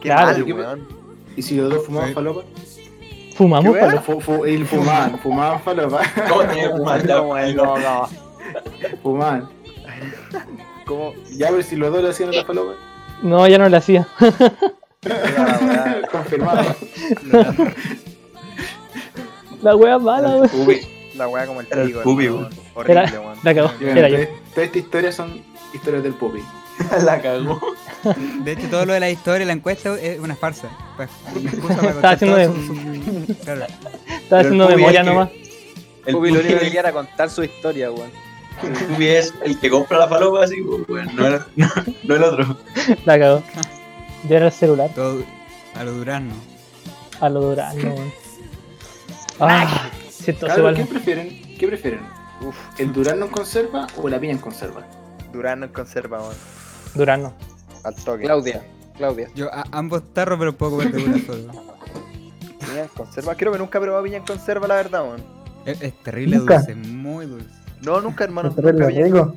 Qué Claro. mal, Yo- weón. ¿Y si los dos fumaban Sí. falopa? Fumamos, ¿Qué palo. weá? Fu- fu- y fumaban, fumaban falopa. ¿Cómo tiene fumando? Fumaban. Como, Ya, ver si los dos le hacían otra falopa. No, ya no lo hacía. Ah. Confirmado. La wea mala, weón. Uy, la weá como el Era el trigo, pubi, hermano, Era- Horrible, weón. La cagó. Y bueno, Era yo. todas- Todas estas historias son historias del pupi. la cagó. De hecho, todo lo de la historia, la encuesta es una farsa. Pues, una excusa para Estaba contar haciendo todo de- su- su- Claro. Estaba el haciendo Pubi memoria es que- nomás. El El Pubi lo único que Pubi- quería era contar su historia, weón. El Pubi es el que compra la falopa, así, pues, weón. No, el- no, no el otro. La cagó. Ya era el celular. Todo a lo durano. A lo durano, weón. Ah, siento se Claro, ¿qué vale. prefieren? ¿Qué prefieren? Uf, ¿El durazno en conserva o la piña en conserva? Durán nos conserva, weón. Durano. Al toque. Claudia, Claudia. Yo a- ambos tarros, pero puedo comer de una solo. Piña en conserva. Creo que nunca he probado piña en conserva, la verdad, weón. Es, es terrible Nunca. dulce, muy dulce. No, nunca, hermano. Te arregla, nunca piña, digo.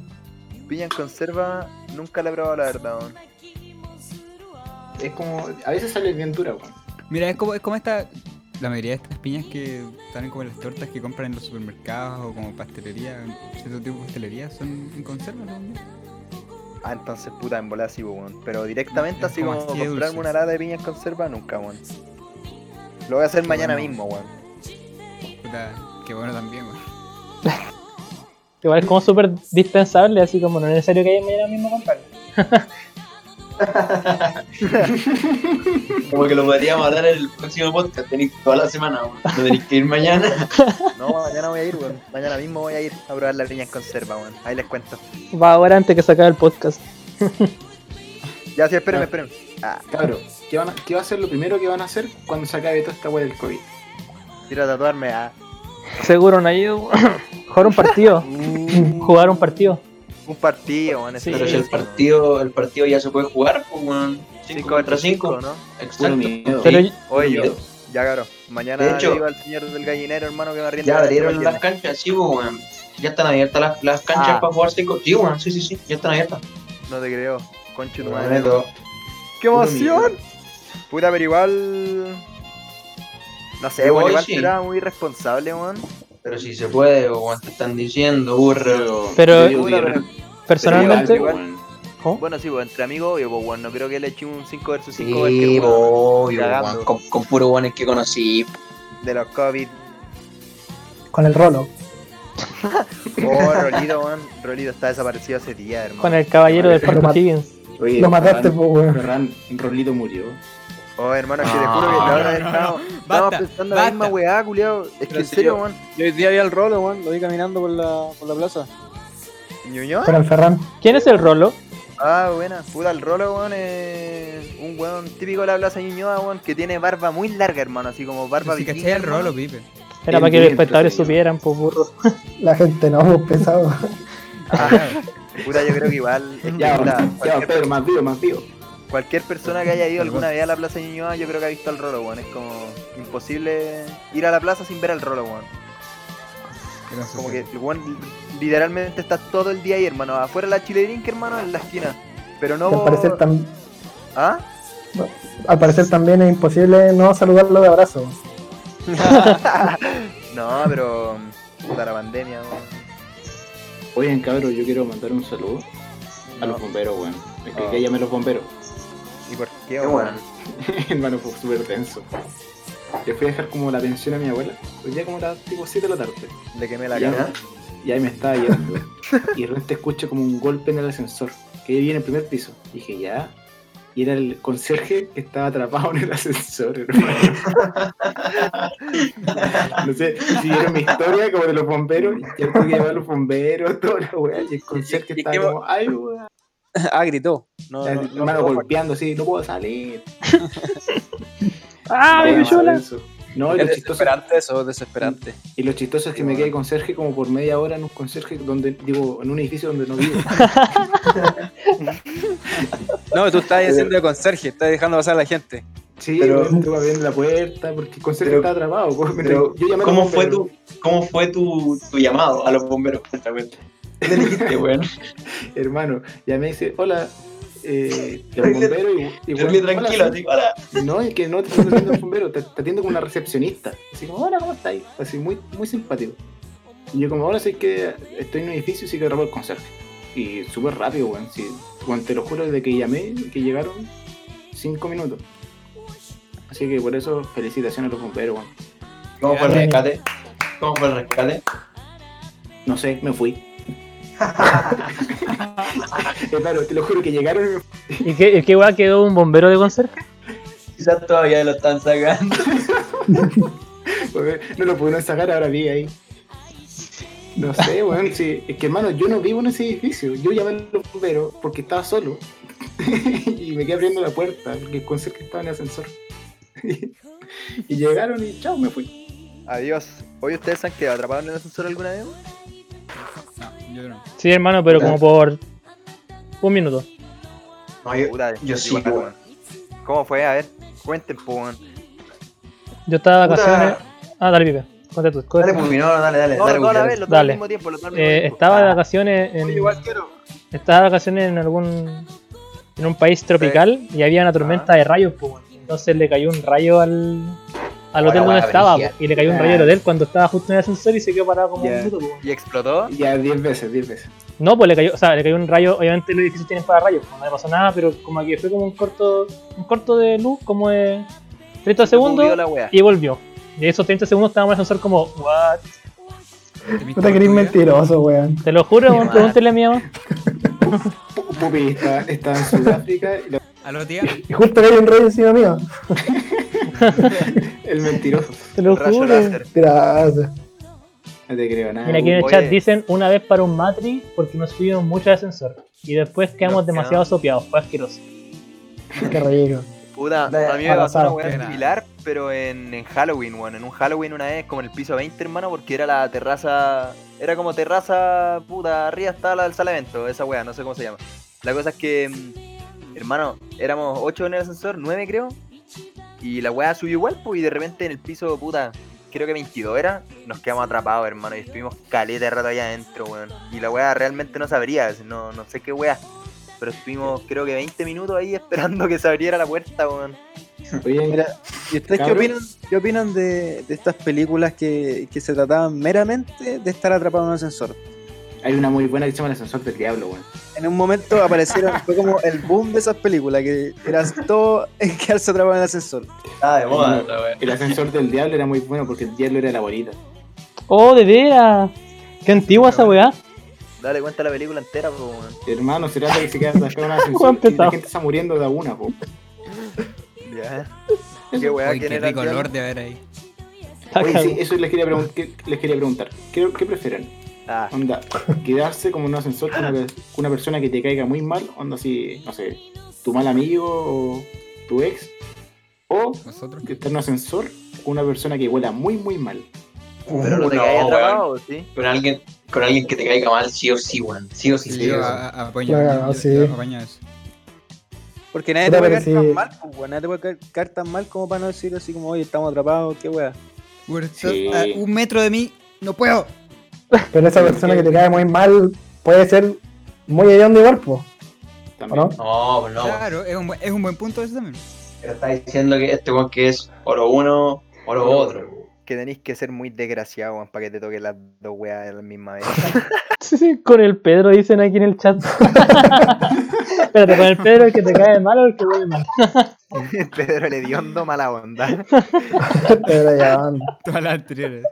piña en conserva, nunca la he probado, la verdad, weón. Es como. A veces sale bien dura, weón. Mira, es como, es como esta. La mayoría de estas piñas que salen como en las tortas que compran en los supermercados o como pastelería, cierto tipo de pastelería, son en conserva, ¿no? Ah, entonces puta, en bola sí, weón. Pero directamente Es así como como así de comprarme dulce. una lata de piña en conserva, nunca, weón. Lo voy a hacer Qué mañana bueno. mismo, weón. Puta, qué bueno también, güey. Igual es como súper dispensable, así como no es necesario que haya mañana mismo comprarlo. Como que lo podríamos hablar en el próximo podcast. Tenéis toda la semana, weón. No tenéis que ir mañana. No, mañana voy a ir, weón. Mañana mismo voy a ir a probar la piña en conserva, weón. Ahí les cuento. Va ahora antes que se acabe el podcast. Ya, sí, espérenme, espérenme. Cabro, ¿qué, van a- ¿qué va a ser lo primero que van a hacer cuando se acabe toda esta weá del COVID? Quiero tatuarme ah. a Seguro no ha ido. Jugar un partido. Jugar un partido. un partido, weón. Sí. Pero si el partido, el partido ya se puede jugar, pues, weón. 5 5 contra contra 5, 5. ¿no? Exacto. miedo. Pero Sí. Oye, Miedo. yo- ya, cabrón. Mañana De hecho- le digo al señor del gallinero, hermano, que me arrienda. Ya la abrieron cancha las canchas, sí, pues, weón. Ya están abiertas las, las canchas Ah. para jugar 5. Sí, weón, sí, sí, sí, ya están abiertas. para el viernes. No te creo. Concho, tu Bueno, madre. todo. ¡Qué emoción! Puta, pero igual. No sé, Igual weón, igual sí. será muy responsable, weón. Pero si se puede, weón, te están diciendo, burro. Pero- Yo digo que- Pero- Personalmente, Pero igual, weón. ¿cómo? Bueno, sí, weón, entre amigos, obvio, pues, weón. No creo que le eche un 5 versus 5 Sí, obvio, Cagando. weón, con, con puro weones que conocí. de los COVID. Con el rolo. Oh, Rolido, weón. Rolido está desaparecido hace días, hermano. Con el caballero del Paco Higgins. Oye, Lo mataste, Ferran- po, weón. Ferran, Rolito murió. Oh, hermano, que te juro que la no, hora no, estamos, Basta, estamos pensando la basta. misma weá, culiao. Es que Pero en si serio, yo- weón. Yo hoy día vi al rolo, weón. Lo vi caminando por la, por la plaza. ¿Ñuñoa? Con el Ferran. ¿Quién es el Rolo? Ah, buena. Puta, el Rolo, weón, es un weón típico de la Plaza Ñuñoa, weón, que tiene barba muy larga, hermano. Así como barba Pero Si vikinga, cachai el hermano. rolo, pipe. Era El para que los vientre, espectadores señor. supieran, pues burro. La gente no, vos pesado. Ah. Claro. Puta, yo creo que igual. es que, Ya, puta, weón, ya, cualquier, Pedro, más vivo, más vivo. cualquier persona que haya ido alguna vez a la Plaza Ñuñoa, yo creo que ha visto al Rolo, weón. Es como imposible ir a la plaza sin ver al Rolo, weón. Qué cosa Como fea. que el weón literalmente está todo el día ahí, hermano. Afuera la chilerinca, hermano, en la esquina. Pero no. Al, parecer tam- ¿Ah? al parecer también es imposible no saludarlo de abrazo. No, pero. Puta la pandemia, weón. Oigan, cabrón, yo quiero mandar un saludo a No. los bomberos, weón. Es que Ah. que llame los bomberos. ¿Y por qué, Qué bueno. weón? Hermano, fue súper tenso. Le fui a dejar como la pensión a mi abuela. Hoy día como las tipo 7 de la tarde. Le quemé la Ya. cara. Y ahí me estaba yendo. y de repente escucho como un golpe en el ascensor. que yo vi en el primer piso. Dije, ya. Y era el conserje que estaba atrapado en el ascensor, hermano. no sé, siguieron mi historia como de los bomberos. Y ya tuve que llevar los bomberos, toda la weá. Y el conserje ¿Y- y estaba qué va- como, ay, weá. Ah, gritó. No, no, no, hermano no, golpeando así, no puedo salir. ¡Ah, Weá, mi pichula! denso. No, y lo Es chistoso Mm. desesperante eso, es desesperante. Y lo chistoso es que me quedé conserje como por media hora en un conserje donde, digo, en un edificio donde no vivo. No, tú estás haciendo de conserje, estás dejando pasar a la gente. Sí, Pero- pero estuve abriendo la puerta porque el conserje Pero- estaba atrapado. pues, mientras Pero, yo llamé a ¿cómo los fue, bomberos. tu, ¿cómo fue tu, tu llamado a los bomberos? Cuenta, weón. ¿Qué le dijiste, weón? Hermano, llamé y dice, hola, eh, los Tranquilo, bomberos y, y bueno, Yo dormí hola, tranquilo, sí. así, hola. No, es que no te estoy atendiendo el bombero, te, te atiendo como una recepcionista. Así como, hola, ¿cómo estáis? Así, muy, muy simpático. Y yo como, hola, sé que estoy en un edificio y sí que robo el conserje. Y súper rápido, weón. Sí, weón, te lo juro, desde que llamé, que llegaron cinco minutos. Así que por eso, felicitaciones a los bomberos, weón. ¿Cómo fue el rescate? ¿Cómo fue el rescate? No sé, me fui. Eh, claro, te lo juro que llegaron y me fui. ¿Y qué, y qué weá quedó un bombero de conserje? Quizás todavía lo están sacando. weón. Pues, eh, No lo pudieron sacar, ahora vi ahí. No sé, weón. Sí. Es que, hermano, yo no vivo en ese edificio. Yo llamé a los bomberos porque estaba solo. y me quedé abriendo la puerta porque el conserje estaba en el ascensor. y llegaron y chao, me fui. Adiós. Hoy ustedes se han quedado atrapados en el ascensor alguna vez. weón? No, yo no. Sí, hermano, pero como por un minuto. No, yo, Puta, yo sí, igual, weón. weón. ¿Cómo fue? A ver, cuenten, po, weón. Yo estaba de Puta. vacaciones. Ah, dale, Pipe. Cuenta tú. Dale, pues. cuenta tú. Pupi, no, dale, dale. No, dale, no, Pupi, a dale. ver, los dos al Dale. mismo tiempo, los dos al mismo Eh, tiempo. estaba de Ah, vacaciones yo en, igual quiero. estaba de vacaciones en algún en un país tropical y había una tormenta de rayos pues, bueno. entonces le cayó un rayo al al Hola, hotel donde buena estaba brígida. pues, y le cayó un rayo al hotel cuando estaba justo en el ascensor y se quedó parado como Ya. un minuto pues, bueno. Y explotó. Ya 10 veces, 10 veces. no pues le cayó o sea le cayó un rayo obviamente los edificios tienen para rayos pues, no le pasó nada pero como que fue como un corto un corto de luz como de 30 movió segundos la wea. y volvió y esos 30 segundos estábamos en el ascensor como what No te querés mentiroso, weón. te lo juro madre. pregúntele a mi mamá Pu- Pupi está, está en Sudáfrica. y la- ¿A lo tía? Y justo hay un rey encima mío. el mentiroso. te lo Rayo juro láser. Gracias. No te creo nada. Mira, aquí en el Oye. chat dicen una vez para un Matri porque nos subimos mucho de ascensor y después quedamos Nos demasiado quedamos. sopeados, fue asqueroso. Qué rico. Puta, a mí me pasó abrazado. una weá Era. similar, pero en, en Halloween, weón. En un Halloween una vez, como en el piso 20, hermano, porque era la terraza. Era como terraza, puta, arriba está la del salamento, esa weá, no sé cómo se llama. La cosa es que, mm, hermano, éramos 8 en el ascensor, 9 creo, y la weá subió igual, pues, y de repente en el piso, puta, creo que 22 era, nos quedamos atrapados, hermano, y estuvimos caleta de rato allá adentro, weón. Y la weá realmente no se abría, no, no sé qué weá. Pero estuvimos, creo que 20 minutos ahí esperando que se abriera la puerta, weón. Oye, mira, ¿Y ustedes qué Cabrón. opinan, qué opinan de, de estas películas que, que se trataban meramente de estar atrapado en un ascensor? hay una muy buena que se llama El ascensor del diablo, weón. En un momento aparecieron, fue como el boom de esas películas, que era todo en quedarse atrapado en el ascensor. Ah, de moda, esa, weón. El ascensor del diablo era muy bueno porque el diablo era la abuelita. ¡Oh, de veras! ¡Qué antigua esa weá! Dale cuenta la película entera, po, weón. Hermano, se trata de que se queda atascado en un ascensor Juan y la Petao. gente está muriendo de a una, po. Ya. Qué weá, Uy, ¿quién qué era el rico diablo? olor de haber ahí. Está Oye, cagado. sí, eso les quería, pregun- que- les quería preguntar. ¿Qué, qué prefieren? Ah, Onda, quedarse como en un ascensor con una, con una persona que te caiga muy mal, onda así, no sé, tu mal amigo o tu ex, o ¿Nosotros? que estar en un ascensor con una persona que huela muy, muy mal. pero no te No, quedas weón. atrapado, ¿sí? Con alguien, con alguien que te caiga mal, sí o sí, weón. Sí o sí, Sí, sí. yo o sí. a- a- apaño, Claro, yo- yo- sí. yo apaño eso. Porque nadie te Puta, puede caer pero sí. tan mal, pues, weón, nadie te puede caer, caer tan mal como para no decir así como, oye, estamos atrapados, qué weá. Bueno, Sí. estás a un metro de mí, no puedo. Pero esa persona que te cae muy mal puede ser muy hediondo igual, po. ¿o También. no? No, pues no. weón. Claro, es un, buen- es un buen punto eso también. Pero está diciendo que este weón que es o lo uno o lo otro. Que tenéis que ser muy desgraciado, weón, para que te toquen las dos weas a la misma vez. Con el Pedro dicen aquí en el chat. Espérate, con el Pedro el que te cae mal o el que huele mal. Pedro el hediondo mala onda. Te la llevan. Todas las anteriores.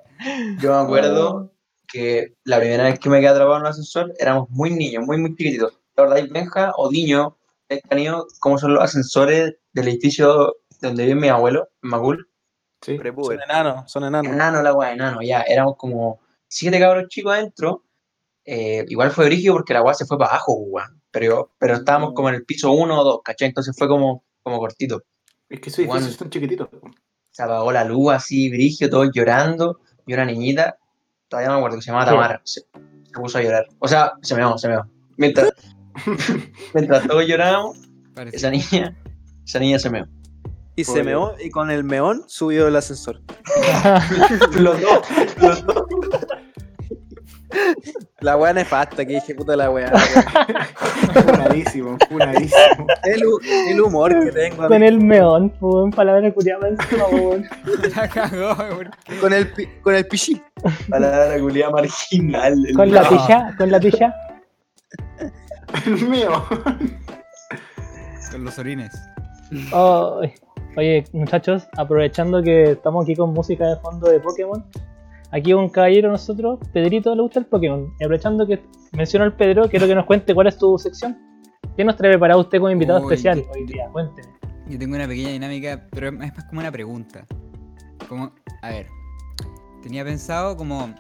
Yo me acuerdo que la primera vez que me quedé atrapado en un ascensor éramos muy niños, muy, muy chiquititos. la verdad, Benja, Odiño, Escaneo, cómo son los ascensores del edificio donde vive mi abuelo, en Macul. Sí. Pre-puber. Son enanos, son enanos. Enano, la weá, enano, ya. Éramos como siete cabros chicos adentro. Eh, igual fue brígido porque la weá se fue para abajo, weón. Pero, pero estábamos como en el piso uno o dos, ¿cachai? Entonces fue como, como cortito. Es que esos Bueno. edificios son chiquititos. po. se apagó la luz así, brigio, todos llorando, y una niñita, todavía no me acuerdo que se llamaba Sí. Tamara, se, se puso a llorar. O sea, se meó, se meó. Mientras, mientras todos llorábamos, Parece. esa niña, esa niña se meó. Y se meó, y con el meón subió el ascensor. Los dos, los dos. La weá nefasta, que dije puta la weá. Funadísimo, funadísimo. El, hu- el humor que tengo. Con amigo. el meón, po, en palabra curiada encima, po, weón. La cagó, ¿por qué? Con el, pi- con el pichí. Palabra culiá marginal. el- Con la No. pija, con la pija. El mío. Con los orines. Oh, oye, muchachos, aprovechando que estamos aquí con música de fondo de Pokémon, aquí un caballero nosotros, Pedrito, le gusta el Pokémon. Y aprovechando que mencionó el Pedro, quiero que nos cuente cuál es tu sección. ¿Qué nos trae preparado usted como invitado Uy, especial yo- hoy día? Cuénteme. Yo tengo una pequeña dinámica, pero es más como una pregunta. Como, a ver, tenía pensado como...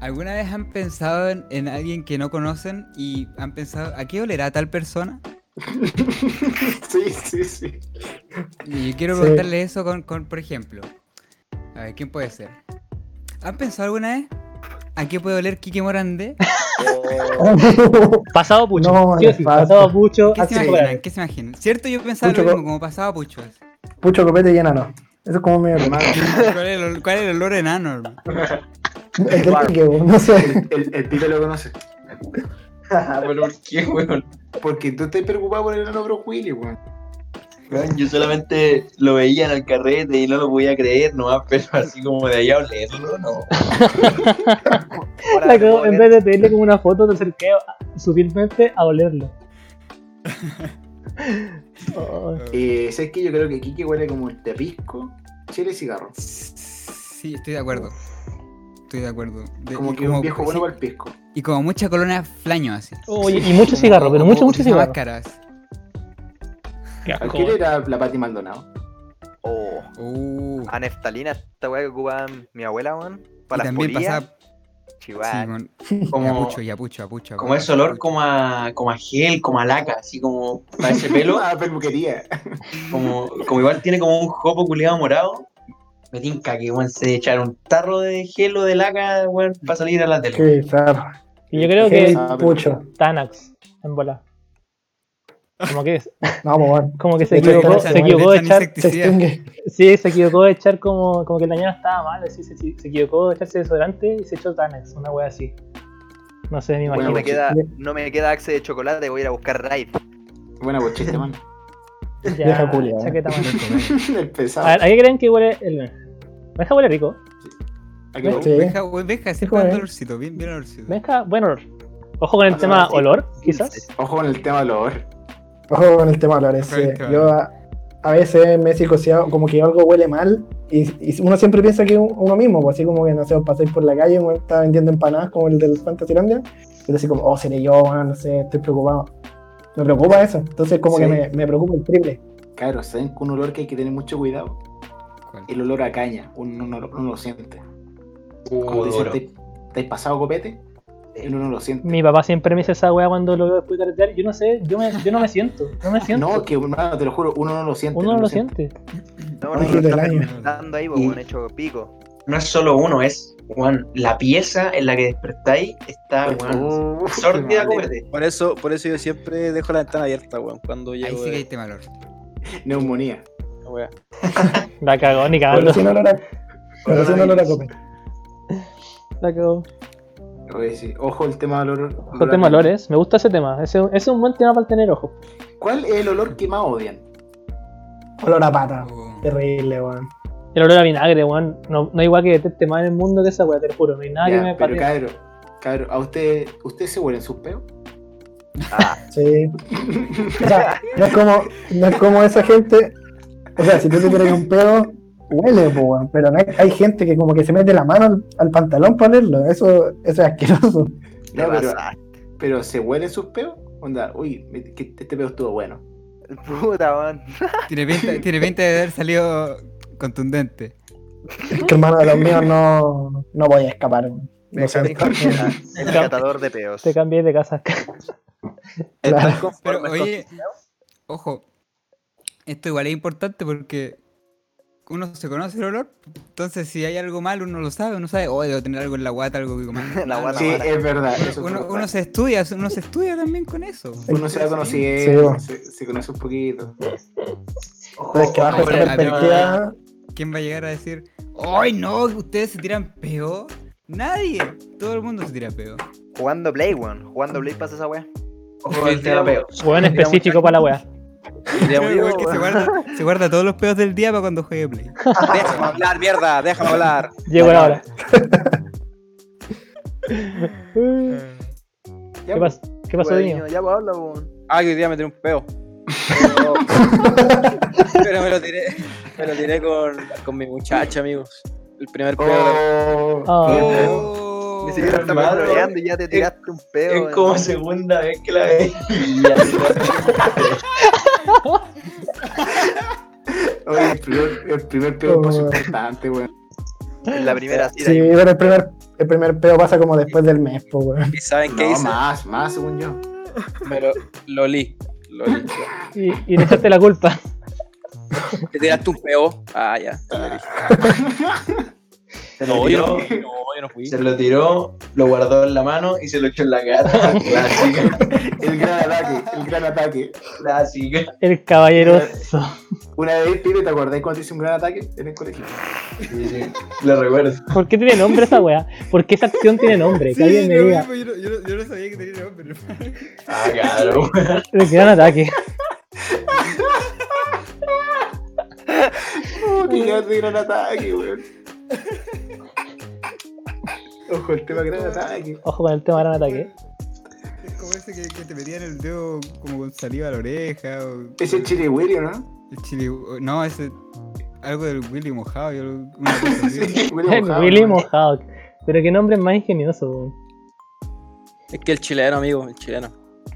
¿Alguna vez han pensado en, en alguien que no conocen y han pensado, ¿a qué olerá tal persona? Sí, sí, sí. Y yo quiero Sí. preguntarle eso con, con, por ejemplo, a ver, ¿quién puede ser? ¿Han pensado alguna vez a qué puede oler Kike Morandé? Pasado Pucho. No, Sí o sí, nefasto. pasado Pucho. ¿Qué se Axel imaginan? Morales. ¿Qué se imaginan? ¿Cierto? Yo pensaba Pucho, lo mismo, co- como pasaba Pucho. así. Pucho, copete y enano. Eso es como mi hermano. ¿Cuál es el, ol- cuál es el olor enano, hermano? El del pique, weón, no sé. El, el pibe lo conoce. Ah, Pero ¿por qué, weón? Porque tú estás preocupado por el enano Bro Willy, weón. Weón, Yo solamente lo veía en el carrete y no lo podía creer, nomás, pero así como de ahí a olerlo, no. Ahora La me cago, puedo en ver- vez de pedirle como una foto, te acerqué a- sutilmente a olerlo. Oh, Eh, ¿Sabes qué? Yo creo que Kike huele como el tepisco, chile y cigarro. Sí, estoy de acuerdo. Estoy de acuerdo. De- Como y que un viejo bueno sí, para el pisco. Y como mucha colona flaño así. Oye, y Oh, mucho Como- cigarro, pero como- mucho, como mucho que usa cigarro. Máscaras. Qué ¿A asco, quién era la Pati Maldonado? Oh, Uh, a neftalina, esta weá que ocupaba mi abuela, weón. y Para las también polillas. pasaba sí, Chihuahua. con Como, yapucho, yapucho, yapucho. Como ese olor como a, como a gel, como a laca, así como para ese pelo, Ah, peluquería. como, como igual tiene como un jopo culeado morado. Me tinca que weón se echar un tarro de gel o de laca, weón, para salir a la tele. Qué zarra. Y yo creo que Hey, Pucho. Tanax en bola. Como que, No, pues bueno. como que se Le echan- equivocó, le se equivocó de echar. Se extingue. Sí, se equivocó de echar como, como que la ñana estaba mal, así, se, se equivocó de echarse desodorante y se echó Tanax, una wea así. No sé, me imagino. No me, Bueno, queda, sí. no me queda axe de chocolate, voy a ir a buscar raid. Buena bochita, man. Ya, vieja culia, ¿eh? chaqueta mal. el pesado. A ver, ¿a qué creen que huele el menja? Menja huele rico. ¿A qué este. Sí. Veja, weón, veja, sí, Joder. con olorcito, bien, bien olorcito. Menja, buen olor. Ojo con el Ah, tema sí. olor, quizás. Ojo con el tema del olor. Ojo con el tema, Lores. Ojo con el sí. tema. Yo a, a veces me he psicoseado como que algo huele mal y, y uno siempre piensa que un- uno mismo, pues así como que no sé, pasáis por la calle, uno está vendiendo empanadas como el del Fantasylandia, y así como, oh, seré yo, bueno, no sé, estoy preocupado. Me preocupa eso, entonces como Sí. que me, me preocupa el triple. Claro, ¿saben que un olor que hay que tener mucho cuidado? ¿Cuál? El olor a caña. Uno, no lo- uno lo siente. Como te Como dicen, ¿te, te has pasado copete? Él uno lo siente. Mi papá siempre me dice esa wea cuando lo veo después de carretear. Yo no sé, yo, me, yo no me siento. No me siento. No, que hermano, te lo juro, uno no lo siente. Uno no lo siente. No, Ay, no, del está año. fermentando ahí, po, Y- weón, hecho pico. No es solo uno, es, weón, la pieza en la que despertáis está, weón, Oh, sórdida vale. copete. Por eso, por eso yo siempre dejo la ventana abierta, weón, cuando Ahí llego. sí que hay de- tema olor. Neumonía. la weá. La cagó ni cagando. Cuando sí no olor a, cuando sí no olor a copete. La cagó. Oye, sí. Ojo el tema del olor. Ojo el tema ¿eh? olores, me gusta ese tema. Ese ese es un buen tema para tener ojo. ¿Cuál es el olor que más odian? Olor a pata. Oh, Terrible, weón. El olor a vinagre, weón. No, no hay igual que deteste más en el mundo que esa weá, te lo juro. No hay nada Ya, que me pero pare. cabrón, cabrón, ¿a usted, usted se huelen sus peos? Sí. O sea, no es como, no es como esa gente. O sea, si tú te tiras un pedo, huele, po, weón, pero no hay, hay gente que como que se mete la mano al, al pantalón para olerlo. Eso, eso es asqueroso. Te No, pero pasa. Pero se huelen sus peos. Onda, uy, me- que este peo estuvo bueno. Puta, weón. Tiene pinta, tiene pinta de haber salido contundente. Es que hermano de los míos no, no voy a escapar. No sé, El catador de peos. Te cambié de casa. claro. Pero Conforme oye, ojo, esto igual es importante porque uno se conoce el olor, entonces si hay algo mal uno lo sabe, uno sabe, oh, debo tener algo en la guata, algo que comer. La guata Sí, mala. es verdad. eso es Uno, verdad. uno se estudia, uno se estudia también con eso. Uno se va Sí, conociendo, bueno. se, se conoce un poquito. Pero es que bajo Ojo, esa ojo, perspectiva, ¿Quién va a llegar a decir, ¡ay no! ¿Ustedes se tiran peo? Nadie, todo el mundo se tira peo. Jugando Play, weón. Jugando Play pasa esa weá. Ojo el tema peo. Weón específico para la wea. Diríamos, Pero, weón, que se, guarda, se guarda todos los peos del día para cuando juegue Play. Déjame hablar, mierda, déjame hablar. Llegó la hora. Ya, ¿Qué, pas- qué pasó, Weón, niño? Ya, pues habla, weón. Ah, que hoy día me tiré un peo. Pero, pero me lo tiré, me lo tiré con, con mi muchacha, amigos. El primer peo. la- Oh, Ni siquiera estamos hermano. hablando y ya te tiraste un pedo. Es weón. como segunda vez que la veía. Oye, el primer, el primer peo es más Oh. importante, weón. En la primera cita. sí, pero el primer, el primer peo pasa como después del mes, po, weón. ¿Y saben qué No, hice? más, más, según yo. Me lo, lo olí. Lo olí. y, y le echaste la culpa. Te tiraste un peo. Ah, ya. Se lo No, yo no, tiró, fui, no, yo no fui. se lo tiró, lo guardó en la mano y se lo echó en la cara. Clásica, El gran ataque, el gran ataque. clásica. El caballeroso. Una vez, pibe, ¿te acordás cuando hice un gran ataque en el colegio? Sí, sí, lo recuerdo. ¿Por qué tiene nombre esa wea? ¿Por qué esa acción tiene nombre? Que alguien me lo diga. mismo, yo, no- yo no- yo no sabía que tenía nombre. Ah, claro. El gran ataque. Oh, que ya de gran ataque, weón. Ojo, el tema gran ataque. Ojo con el tema gran ataque. Es como ese que, que te metían el dedo como con saliva a la oreja. O Es el chile Willy, ¿no? el chili. o- No, ese. Algo del Willy mojado. y algo- una cosa así. Willy mojado, Willy weón. Mohawk. Pero qué nombre más ingenioso, weón. Es que el chileno, amigo, el chileno.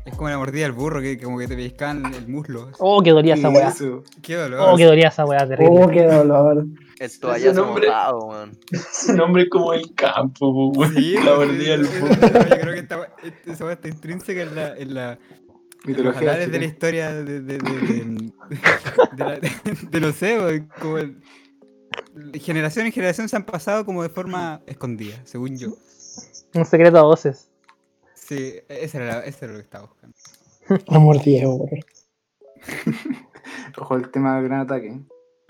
Es como la mordida del burro que como que te pellizcaban el muslo. Oh, que dolía esa Y wea. eso. Qué dolor. Oh, que dolía esa wea, terrible. Oh, qué dolor. El toallazo nombre. mojado, weón. Su nombre es como el campo, po, güey. Sí, la pues, mordida del sí, puto. sí, no, Yo creo que esta, wea- esta- esa wea está intrínseca en la. En la en los Mitología. anales de la chilena. historia de. de, de, de, de la- de no sé, weón, como. el- generación en generación se han pasado como de forma escondida, según yo. Un secreto a voces. Sí, ese era, la- ese era lo que estaba buscando. No mordí, weón. Ojo, el tema gran ataque.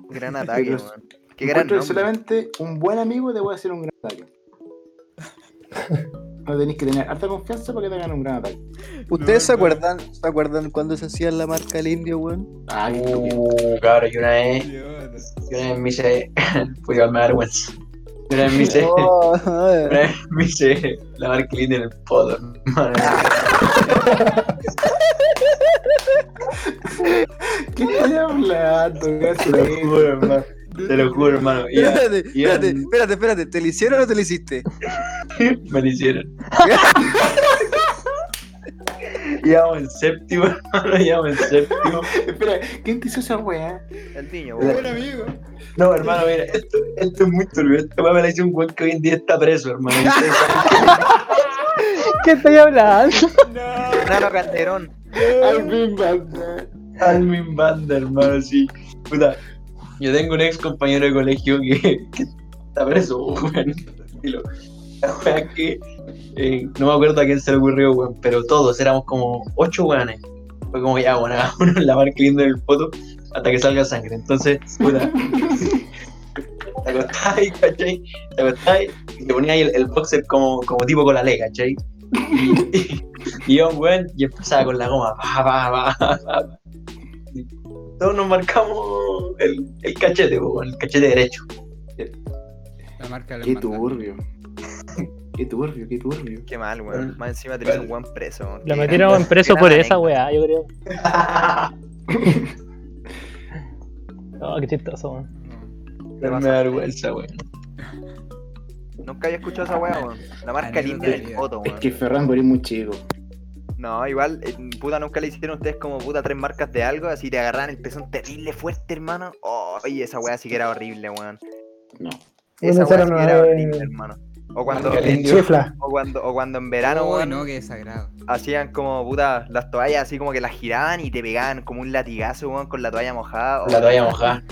Gran ataque, Dios. weón. Qué gran Encuentro que nombre. solamente un buen amigo te puede hacer un gran ataque. No tenéis que tener harta confianza para que te hagan un gran ataque. ¿Ustedes se acuerdan- se acuerdan cuándo se hacía la marca del indio, weón? Ah, qué estúpido. Uh, cabrón, yo una vez, Idiota. yo una vez me hice. Pues yo me da vergüenza. Yo una vez me hice. Oh, Una vez me hice la marca del indio en el poto, hermano. ¿Qué estás hablando? Eh, ¿Qué Te lo juro, hermano. Te lo juro, hermano. Y ya, Espérate, y ya espérate, espérate, espérate. ¿Te lo hicieron o no te lo hiciste? me lo hicieron. Íbamos en séptimo, hermano. Íbamos en séptimo. Espera, ¿quién te hizo esa weá? El niño, La- weón. Buen amigo. No, hermano, mira, esto, esto es muy turbio. Esta weá me la hizo un weón que hoy en día está preso, hermano. Y ustedes saben ¿Qué estoy hablando? Nano Calderón. Ay, me encanta. Almin Banda, hermano, sí. Puta, yo tengo un ex compañero de colegio que, que está preso, weón. Y lo- La wea es que eh, no me acuerdo a quién se le ocurrió, weón, pero todos éramos como ocho weones. Fue como ya, bueno, uno en la marca lindo en el foto hasta que salga sangre. Entonces, puta. Te acostáis, ¿cachai? Te acostáis y te ponías el, el boxer como, como tipo con la lega, ¿cachai? Y, y, y iba un weón y empezaba con la goma, pa, pa, pa, pa, pa, todos nos marcamos el, el cachete, po, el cachete derecho. La marca de la Qué hermandad. turbio. Qué turbio, qué turbio. Qué mal, weón. Más encima tenés un weón preso, weón. Lo Qué metieron gran- preso gran por esa anécdota. wea, yo creo. Me Oh, qué chistoso, weón. da vergüenza, weón. Nunca había escuchado esa weá, weón. La marca Anécdota linda de del vida. foto, Es weón. que Ferran morí muy chico. No, igual, eh, puta, nunca le hicieron ustedes como puta tres marcas de algo, así te agarraban el pezón terrible fuerte, hermano. Oh, y esa weá sí que era horrible, weón. No. Esa Bueno, esa weá sí era que era una- horrible, hermano. O cuando, Marca El Indio. chifla. o cuando, o cuando en verano, Uy, weón, Ah, no, qué desagrado. hacían como puta las toallas así como que las giraban y te pegaban como un latigazo, weón, con la toalla mojada. Oh, La toalla mojada.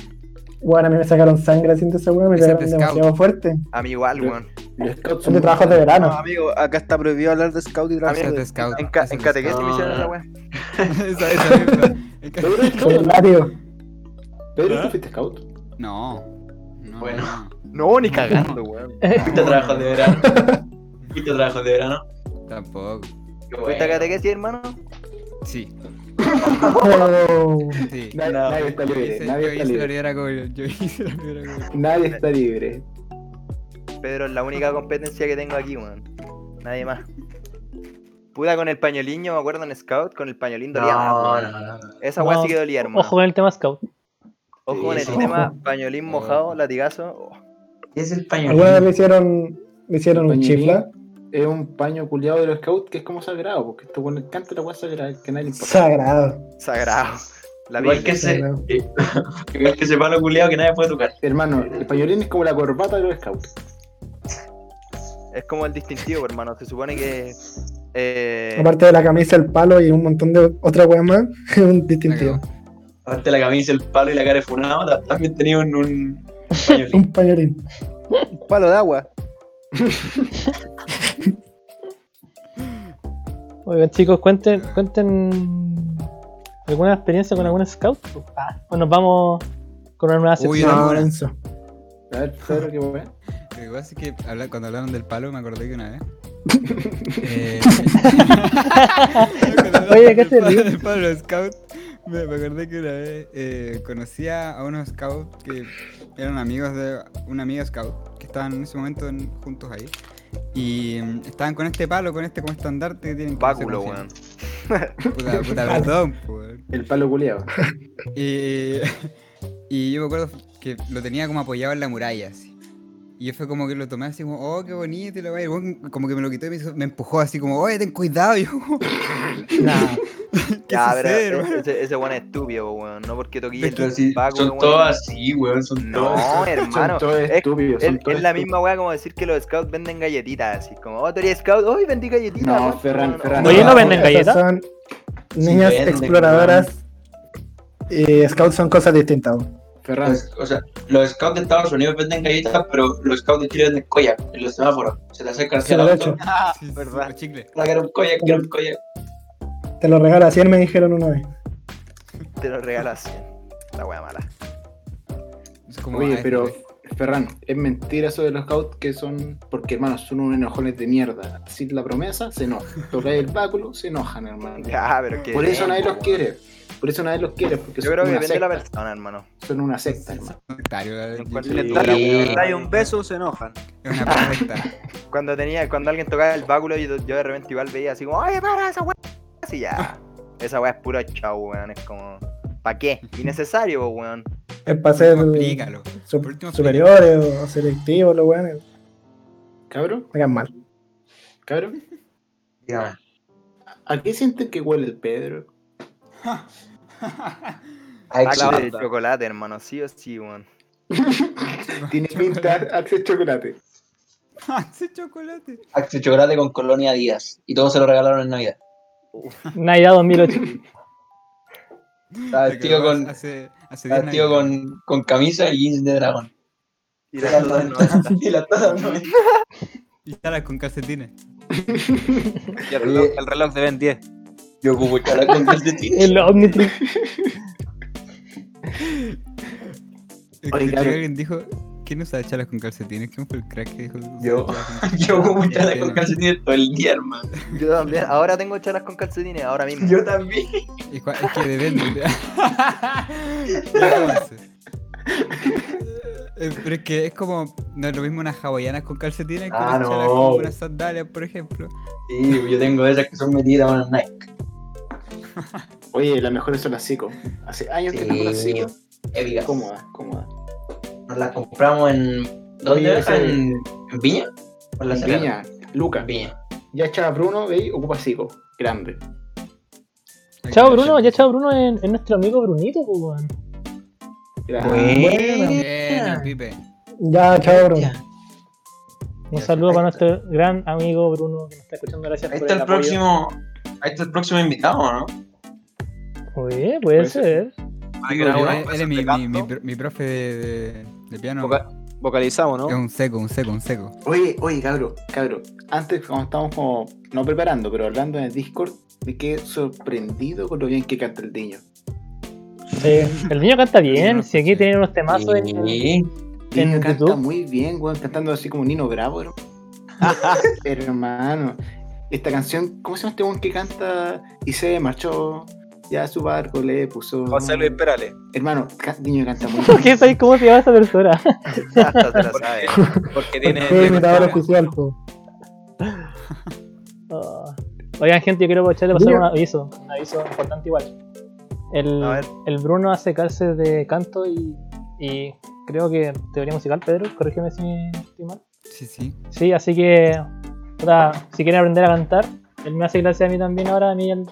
Bueno, a mí me sacaron sangre haciendo esa weá, me Ese pegaron pescado. demasiado fuerte. A mí igual, weón. Los scouts Son son de trabajos de Ah, No, verano. amigo, acá está prohibido hablar de scout y Eso trabajo. es de scout. En, ca- eso en es de catequesis scout. me hicieron esa weá. Esa- esa misma. En ca- Con el látigo. Pedro, ¿tú fuiste scout? No. no, Bueno. no, No, ni cagando, weón. Fuiste a trabajos de verano. Fuiste a trabajos de verano. Tampoco. Qué ¿Fuiste a bueno. catequesis, hermano? Sí, Oh. sí. Nadie, No. nadie está Yo libre, hice, yo nadie hice está la libre. primera comunión. Yo hice la primera comunión. Nadie está libre. Pedro, es la única competencia que tengo aquí, weón. Nadie más. Puta con el pañolín, yo me acuerdo en Scout, con el pañolín dolía más, No, weón. no, no, no. Esa weá No, sí que dolía, hermano. Ojo Ojo, con el tema scout. con el Ojo. tema pañolín mojado, latigazo. oh. ¿Qué es el ¿Alguna vez le pañuelo? hicieron, le hicieron un Pañolín. chifla? Es un paño culiado de los scouts que es como sagrado, porque este esto bueno, canta la weá sagrada que nadie le importa. Sagrado. Sagrado. La Igual Biblia. que ese, Sagrado. igual que ese palo culiado que nadie puede tocar. Hermano, el pañolín es como la corbata de los scouts. Es como el distintivo, hermano. Se supone que. Eh, Aparte de la camisa, el palo y un montón de otras weas más, es un distintivo. Aparte la camisa, el palo y la cara de funado, ta- también tenía un, un pañuelo. Un pañolín. Un palo de agua. Oigan, chicos, cuenten, cuenten alguna experiencia con algún scout. Ah, o nos vamos con una nueva Uy, sección. no, una. Enzo. A ver, Pedro, qué weá. Lo que pasa es Eh, que habla- cuando hablaron del palo me acordé que una vez. eh, Oye, ¿qué te ríes? El palo de los scout. Me, me acordé que una vez eh, conocía a unos scouts que eran amigos de una amiga scout que estaban en ese momento en- juntos ahí. Y mm, estaban con este palo, con este como estandarte que tienen que no sé Báculo, cómo weón. se llama. Puta, puta, perdón, po, weón. El palo culiado. Y, y yo me acuerdo que lo tenía como apoyado en la muralla, así. Y yo fue como que lo tomé así como, oh, qué bonito, y la weá, y el weón como que me lo quitó y me, hizo- me empujó así como, oye, ten cuidado, y yo como, Nah. ¿qué Ya, pero sucede, e- hermano? ese, ese weón es estúpido, weón. No porque toqué Pero el si báculo, son weón. todos así, weón, son todos. No, hermano. son todos es- estúpidos. son Es, todos es la estúpidos. misma weá como decir que los scouts venden galletitas, así como, oh, tú eres scout, hoy vendí galletitas. No, weón". Ferran, Ferran. Oye, ¿no venden Esas galletas? Son niñas venden, exploradoras. Y scouts son cosas distintas. weón. Ferran, Los- O sea, los scouts de Estados Unidos venden galletas, pero los scouts de Chile venden koyak en los semáforos. Se le acercan Sí, hacia de la hecho. auto. Ah, Sí, sí, verdad. los chicles. "Ah, Quiero un koyak, quiero un koyak. Te lo regalo, así me dijeron una vez. Te lo regalo así. La wea mala. Es como, Oye, ah, pero este- Ferran, es mentira eso de los scouts que son. Porque hermanos, son unos enojones de mierda. Sin la promesa, se enojan. Tocáis el báculo, se enojan, hermano. Ya, pero que. Por eso nadie dengue, los weón. quiere. Por eso nadie los quiere, porque Yo son, creo que una depende de la secta, persona, hermano. son una secta, hermano. Sectario, la- yo- Encuentro- ah, es Sí. Dale, Sí. dale un beso, se enojan. una perfecta. Cuando tenía, cuando alguien tocaba el báculo, yo, yo de repente igual veía así como, oye, para esa wea. Así ya. Esa wea es puro chau, weón. Es como, ¿pa' qué? Innecesario, po, weón. Es Por para ser último, explícalo. su- Por último, superiores o selectivos, los weones. Cabro, Hagan mal. cabro. Dígame. ¿A qué sienten que huele el Pedro? A Está clavado Excel. el chocolate, hermano. Sí o sí, weón. Tiene pinta hace chocolate. Hace chocolate. Axel Chocolate con Colonia Díaz. Y todos se lo regalaron en Navidad. Navidad 2008. Estaba Se vestido quedó con, Hace, hace estaba diez vestido navidades. con, con camisa y jeans de dragón. Y la verdad no, está- Y la taza no. Y taras con calcetines. Y el reloj, el reloj de Ben 10. Yo ocupo chala con calcetines. El Omnitrix. Es Oye, que claro. alguien dijo, ¿quién usa chalas con calcetines? ¿Quién fue el crack que dijo? Yo. Yo ocupo Este, chala con calcetines todo el día, hermano. Yo también. Ahora tengo chalas con calcetines, ahora mismo. Yo también. Y cua- Es que depende. Ya, pues. Eh, Pero es que es como, no es lo mismo unas hawaianas con calcetines que Ah, unas chalas no. con unas sandalias, por ejemplo. Sí, yo tengo esas que son metidas en una Nike. Oye, las mejores son las Zico. Hace años que tengo las Zico. Épica. Cómoda, cómoda. Eh, Nos las compramos en. Oye, ¿Dónde era? ese- ¿En, en Viña? ¿O en la Viña, Lucas. Viña. Ya echaba Bruno, veis, ocupa Zico. Grande. Chao Bruno, ya chao Bruno es, es nuestro amigo Brunito, pues, weón. Buena. Buena, Eh, Pipe. Ya, chao, bro. Ya. Un Ya, saludo ahí para está. nuestro gran amigo Bruno que nos está escuchando. Gracias Ahí por está el apoyo. próximo. Ahí está el próximo invitado, ¿no? Oye, puede ser. Digo, grabó él una él clase es eh, mi, de mi, mi, canto. pro- mi profe de, de- de piano. Voca- vocalizamos, Es ¿no? un seco, un seco, un seco. Oye, oye, cabro, cabro. Antes, como estábamos como, no preparando, pero hablando en el Discord, me quedé sorprendido con lo bien que canta el niño. Eh, el niño canta bien, No, si aquí sí. tienen unos temazos en, Sí. ¿En Niño canta YouTube? muy bien, weón, cantando así como Nino Bravo, hermano. hermano. Esta canción, ¿cómo se llama este weón que canta y se marchó? Ya su barco le puso. José Luis Perales. Hermano, ca- niño canta muy ¿Por qué bien. sabéis cómo se llama esa persona? Hasta te la sabes. Porque Soy tiene. imitador oficial, po. Oh. Oigan, gente, yo quiero aprovechar de pasar Mira. un aviso. Un aviso importante igual. El, A ver. el Bruno hace clases de canto y, y creo que teoría musical, Pedro. Corrígeme si estoy mal. Sí, sí. Sí, así que. puta, si quieren aprender a cantar, él me hace clases a mí también ahora, a mí y al,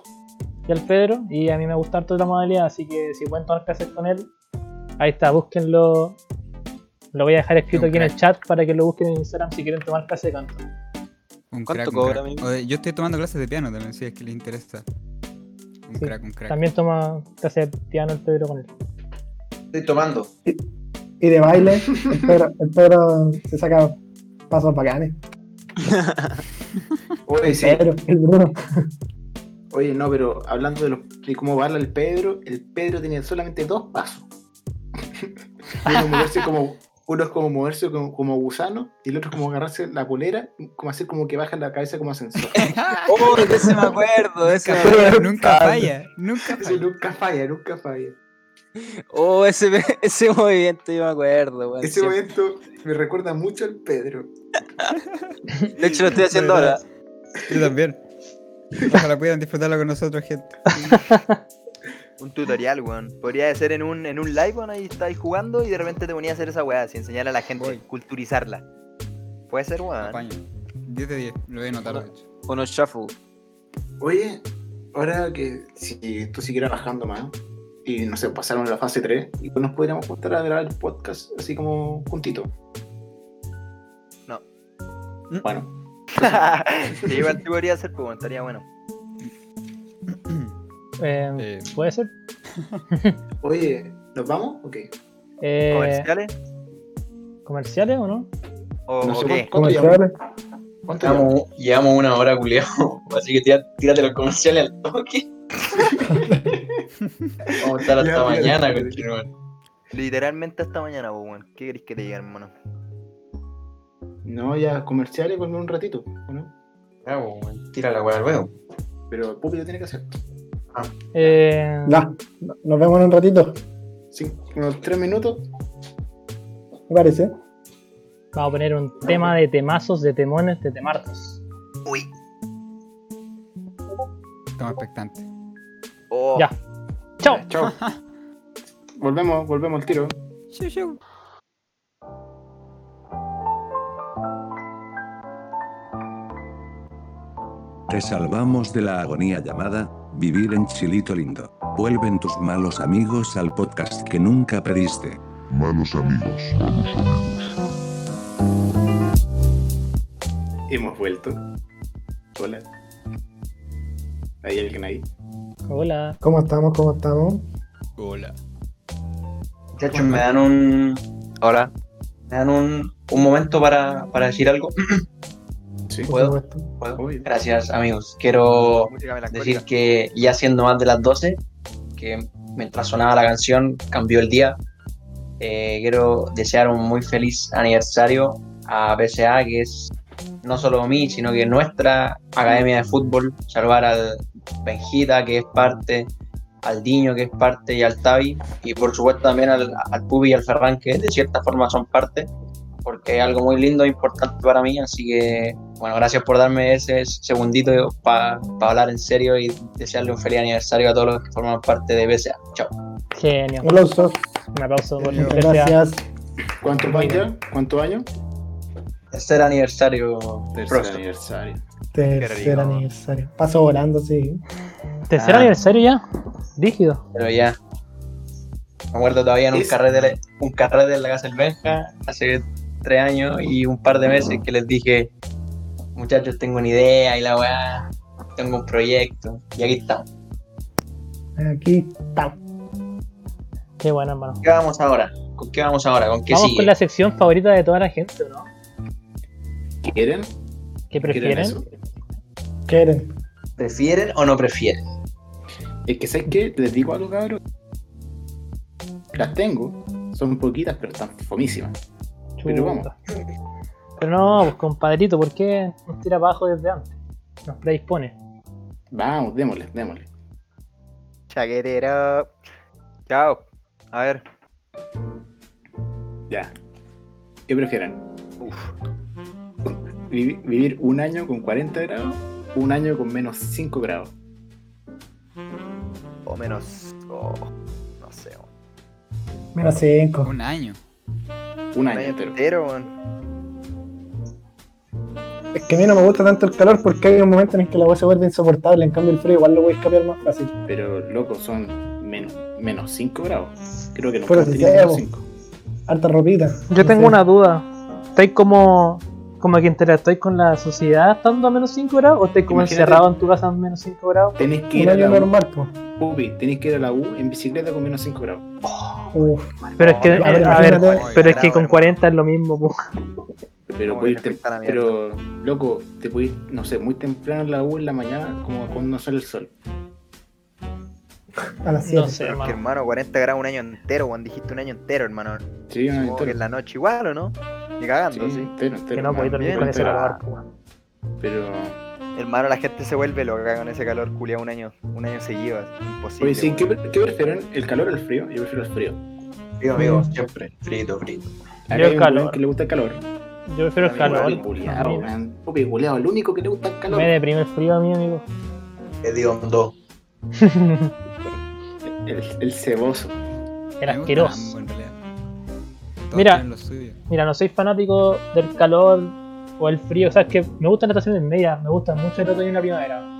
y al Pedro. Y a mí me gusta toda la modalidad, así que si pueden tomar clases con él, ahí está, búsquenlo. Lo voy a dejar escrito Un aquí en el crack. chat para que lo busquen en Instagram si quieren tomar clases de canto. Un ¿Cuánto crack, un cobra, crack. amigo? O de- yo estoy tomando clases de piano también, si es que les interesa. Un Sí, crack, un crack. También toma clases de piano el Pedro con él. Estoy tomando. Y de baile, el Pedro, el Pedro se saca pasos bacanes. Oye, sí, Pedro, el Bruno. Oye, no, pero hablando de, los- de cómo baila el Pedro, el Pedro tenía solamente dos pasos. uno, moverse como, uno es como moverse como, como gusano y el otro es como agarrarse la polera, como hacer como que baja la cabeza como ascensor. Oh, de ese me acuerdo, de ese me acuerdo. Nunca, nunca Ah, falla, nunca Eso falla. nunca falla, nunca falla. Oh, ese, me- ese movimiento yo me acuerdo, weón. Ese Siempre- Este momento me recuerda mucho al Pedro. De hecho, lo estoy haciendo ahora. ¿Verdad? Yo también. Ojalá puedan disfrutarlo con nosotros, gente. Un tutorial, weón. Podría ser en un, en un live, weón, ahí estáis jugando y de repente te ponía a hacer esa weá, así enseñar a la gente, Voy. culturizarla. Puede ser, weón. Apaño. 10 de 10, lo voy a anotar, de hecho. Con los shuffle. Oye, ahora que si esto siguiera bajando más y no sé, pasaron la fase 3 y nos pudiéramos juntar a grabar el podcast así como juntito. Mm. No. Bueno, sí, igual sí podría ser, pues, weón, estaría bueno. Eh, Eh. ¿Puede ser? oye, ¿nos vamos? Ok. Eh, ¿Comerciales? ¿Comerciales o no? ¿O, No sé o qué? cuánto- cuánto llevamos. Comerciales. ¿Cuánto llevamos? Llevamos, llevamos una hora, culiao. Así que tira- tírate los comerciales al toque. Vamos a estar Ya, hasta ya, ya. mañana, weón. Literalmente hasta mañana, pues, weón. ¿Qué queréis que te diga, hermano? No, ya comerciales, ponme un ratito, ¿o ¿no? Ya, weón. Tira la weá al huevo. Pero el público tiene que hacer. Eh, Ya, nos vemos en un ratito, Cinco, unos tres minutos. me parece. Vamos a poner un tema de temazos, de temones, de temartos. Uy. Estamos expectantes. Oh, Ya. Chao. Chao. volvemos, volvemos al tiro. Te salvamos de la agonía llamada vivir en Chilito Lindo. Vuelven tus malos amigos al podcast que nunca pediste. Malos amigos. Hemos vuelto. Hola. ¿Hay alguien ahí? Hola. ¿Cómo estamos? ¿Cómo estamos? Hola. Muchachos, me dan un. Ahora. Me dan un, un momento para, para decir algo. Sí. Por ¿Puedo? supuesto. ¿Puedo? Obvio. Gracias, amigos. Quiero Música melancólica. decir que ya siendo más de las 12, que mientras sonaba la canción cambió el día. Eh, quiero desear un muy feliz aniversario a PSA, que es no solo mí, sino que nuestra academia de fútbol. Saludar al Benjita, que es parte, al Diño, que es parte, y al Tavi. Y por supuesto también al, al Pubi y al Ferran, que de cierta forma son parte, porque es algo muy lindo e importante para mí. Así que bueno, gracias por darme ese segundito para hablar en serio y desearle un feliz aniversario a todos los que forman parte de BSA. Chao. Genio. Aplausos. Un aplauso por Genio. Gracias. Gracias. ¿Cuántos años ya? ¿Cuántos años? Tercer aniversario. Tercer Frostov. aniversario. Tercer rico. aniversario. Pasó volando, sí. Tercer Ah. aniversario ya. Rígido. Pero ya. Me acuerdo todavía en un Es- carrete, un carrete en la casa del Benja hace tres años y un par de meses que les dije, muchachos, tengo una idea y la weá, tengo un proyecto. Y aquí estamos. Aquí está. Qué bueno, hermano. ¿Qué vamos ahora? ¿Con qué vamos ahora? ¿Con qué Vamos sigue? con la sección favorita de toda la gente, ¿no? ¿Quieren? ¿Qué ¿Quieren prefieren? eso? Quieren. ¿Prefieren o no prefieren? Es que, ¿sabes qué? Les digo algo, cabrón. Las tengo. Son poquitas, pero están fomísimas. Pero vamos. Pero no, pues compadrito, ¿por qué nos tira abajo desde antes? Nos predispone. Vamos, démosle, démosle. Chaguerero. Chao. A ver. Ya. ¿Qué prefieren? Vivi- ¿Vivir un año con 40 grados o un año con menos 5 grados? O menos. o- no sé. weón. Menos 5. Un año. Un Un año año entero. entero, weón. Es que a mí no me gusta tanto el calor porque hay un momento en el que la voz se vuelve insoportable. En cambio, el frío igual lo voy a escapar más fácil. Pero, loco, son menos, menos 5 grados. Creo que no Pero puedo si tener menos sea, 5. Harta ropita. Yo No tengo sé. una duda. ¿Estáis como, como que interactuáis con la sociedad estando a menos 5 grados? ¿O estáis como Imagínate- encerrado en tu casa a menos 5 grados? Tenés que Un ir a año la U, normal, pues. Pupi, tenés que ir a la U en bicicleta con menos 5 grados. Uf, Pero es que, Oh, a ver, eh, a ver, imagínate. pero es que con Hermano. 40 es lo mismo. pues. po. Pero, Como puedes que tem- afecta a la mierda. pero loco, te puedes, no sé, muy temprano en la U en la mañana, como cuando no sale el sol. A las 7. No sé, Pero es que, hermano. hermano, 40 grados un año entero, weón. Dijiste un año entero, hermano. Sí, un año Supongo que en Ah, entero. la noche igual, ¿o no? Ni Sí, cagando, sí. entero, entero. Que no podéis hermano, dormir con ese 40 calor. pues. grados. po, weón. Pero, Hermano, la gente se vuelve loca con ese calor culiado un año, un año seguido. es Imposible. oye, sí, ¿qué, weón. pre- qué prefieren? ¿El calor o el frío? Yo prefiero el frío. Digo, amigo, siempre. Frito, frito. Acá Yo el hay un calor. weón que le gusta el calor. Yo prefiero el Amigo, calor. el culiao, amigo. weón. Pupi, culiao, el único que le gusta el calor. Me deprime el frío a mí, amigo. Hediondo. El, el ceboso. Era Me gustan asqueroso. ambos, en realidad. Todos Mira. tienen lo suyo. Mira, no soy fanático del calor o el frío. O sea, es que me gustan las estaciones medias. Me gustan mucho el otoño y la primavera.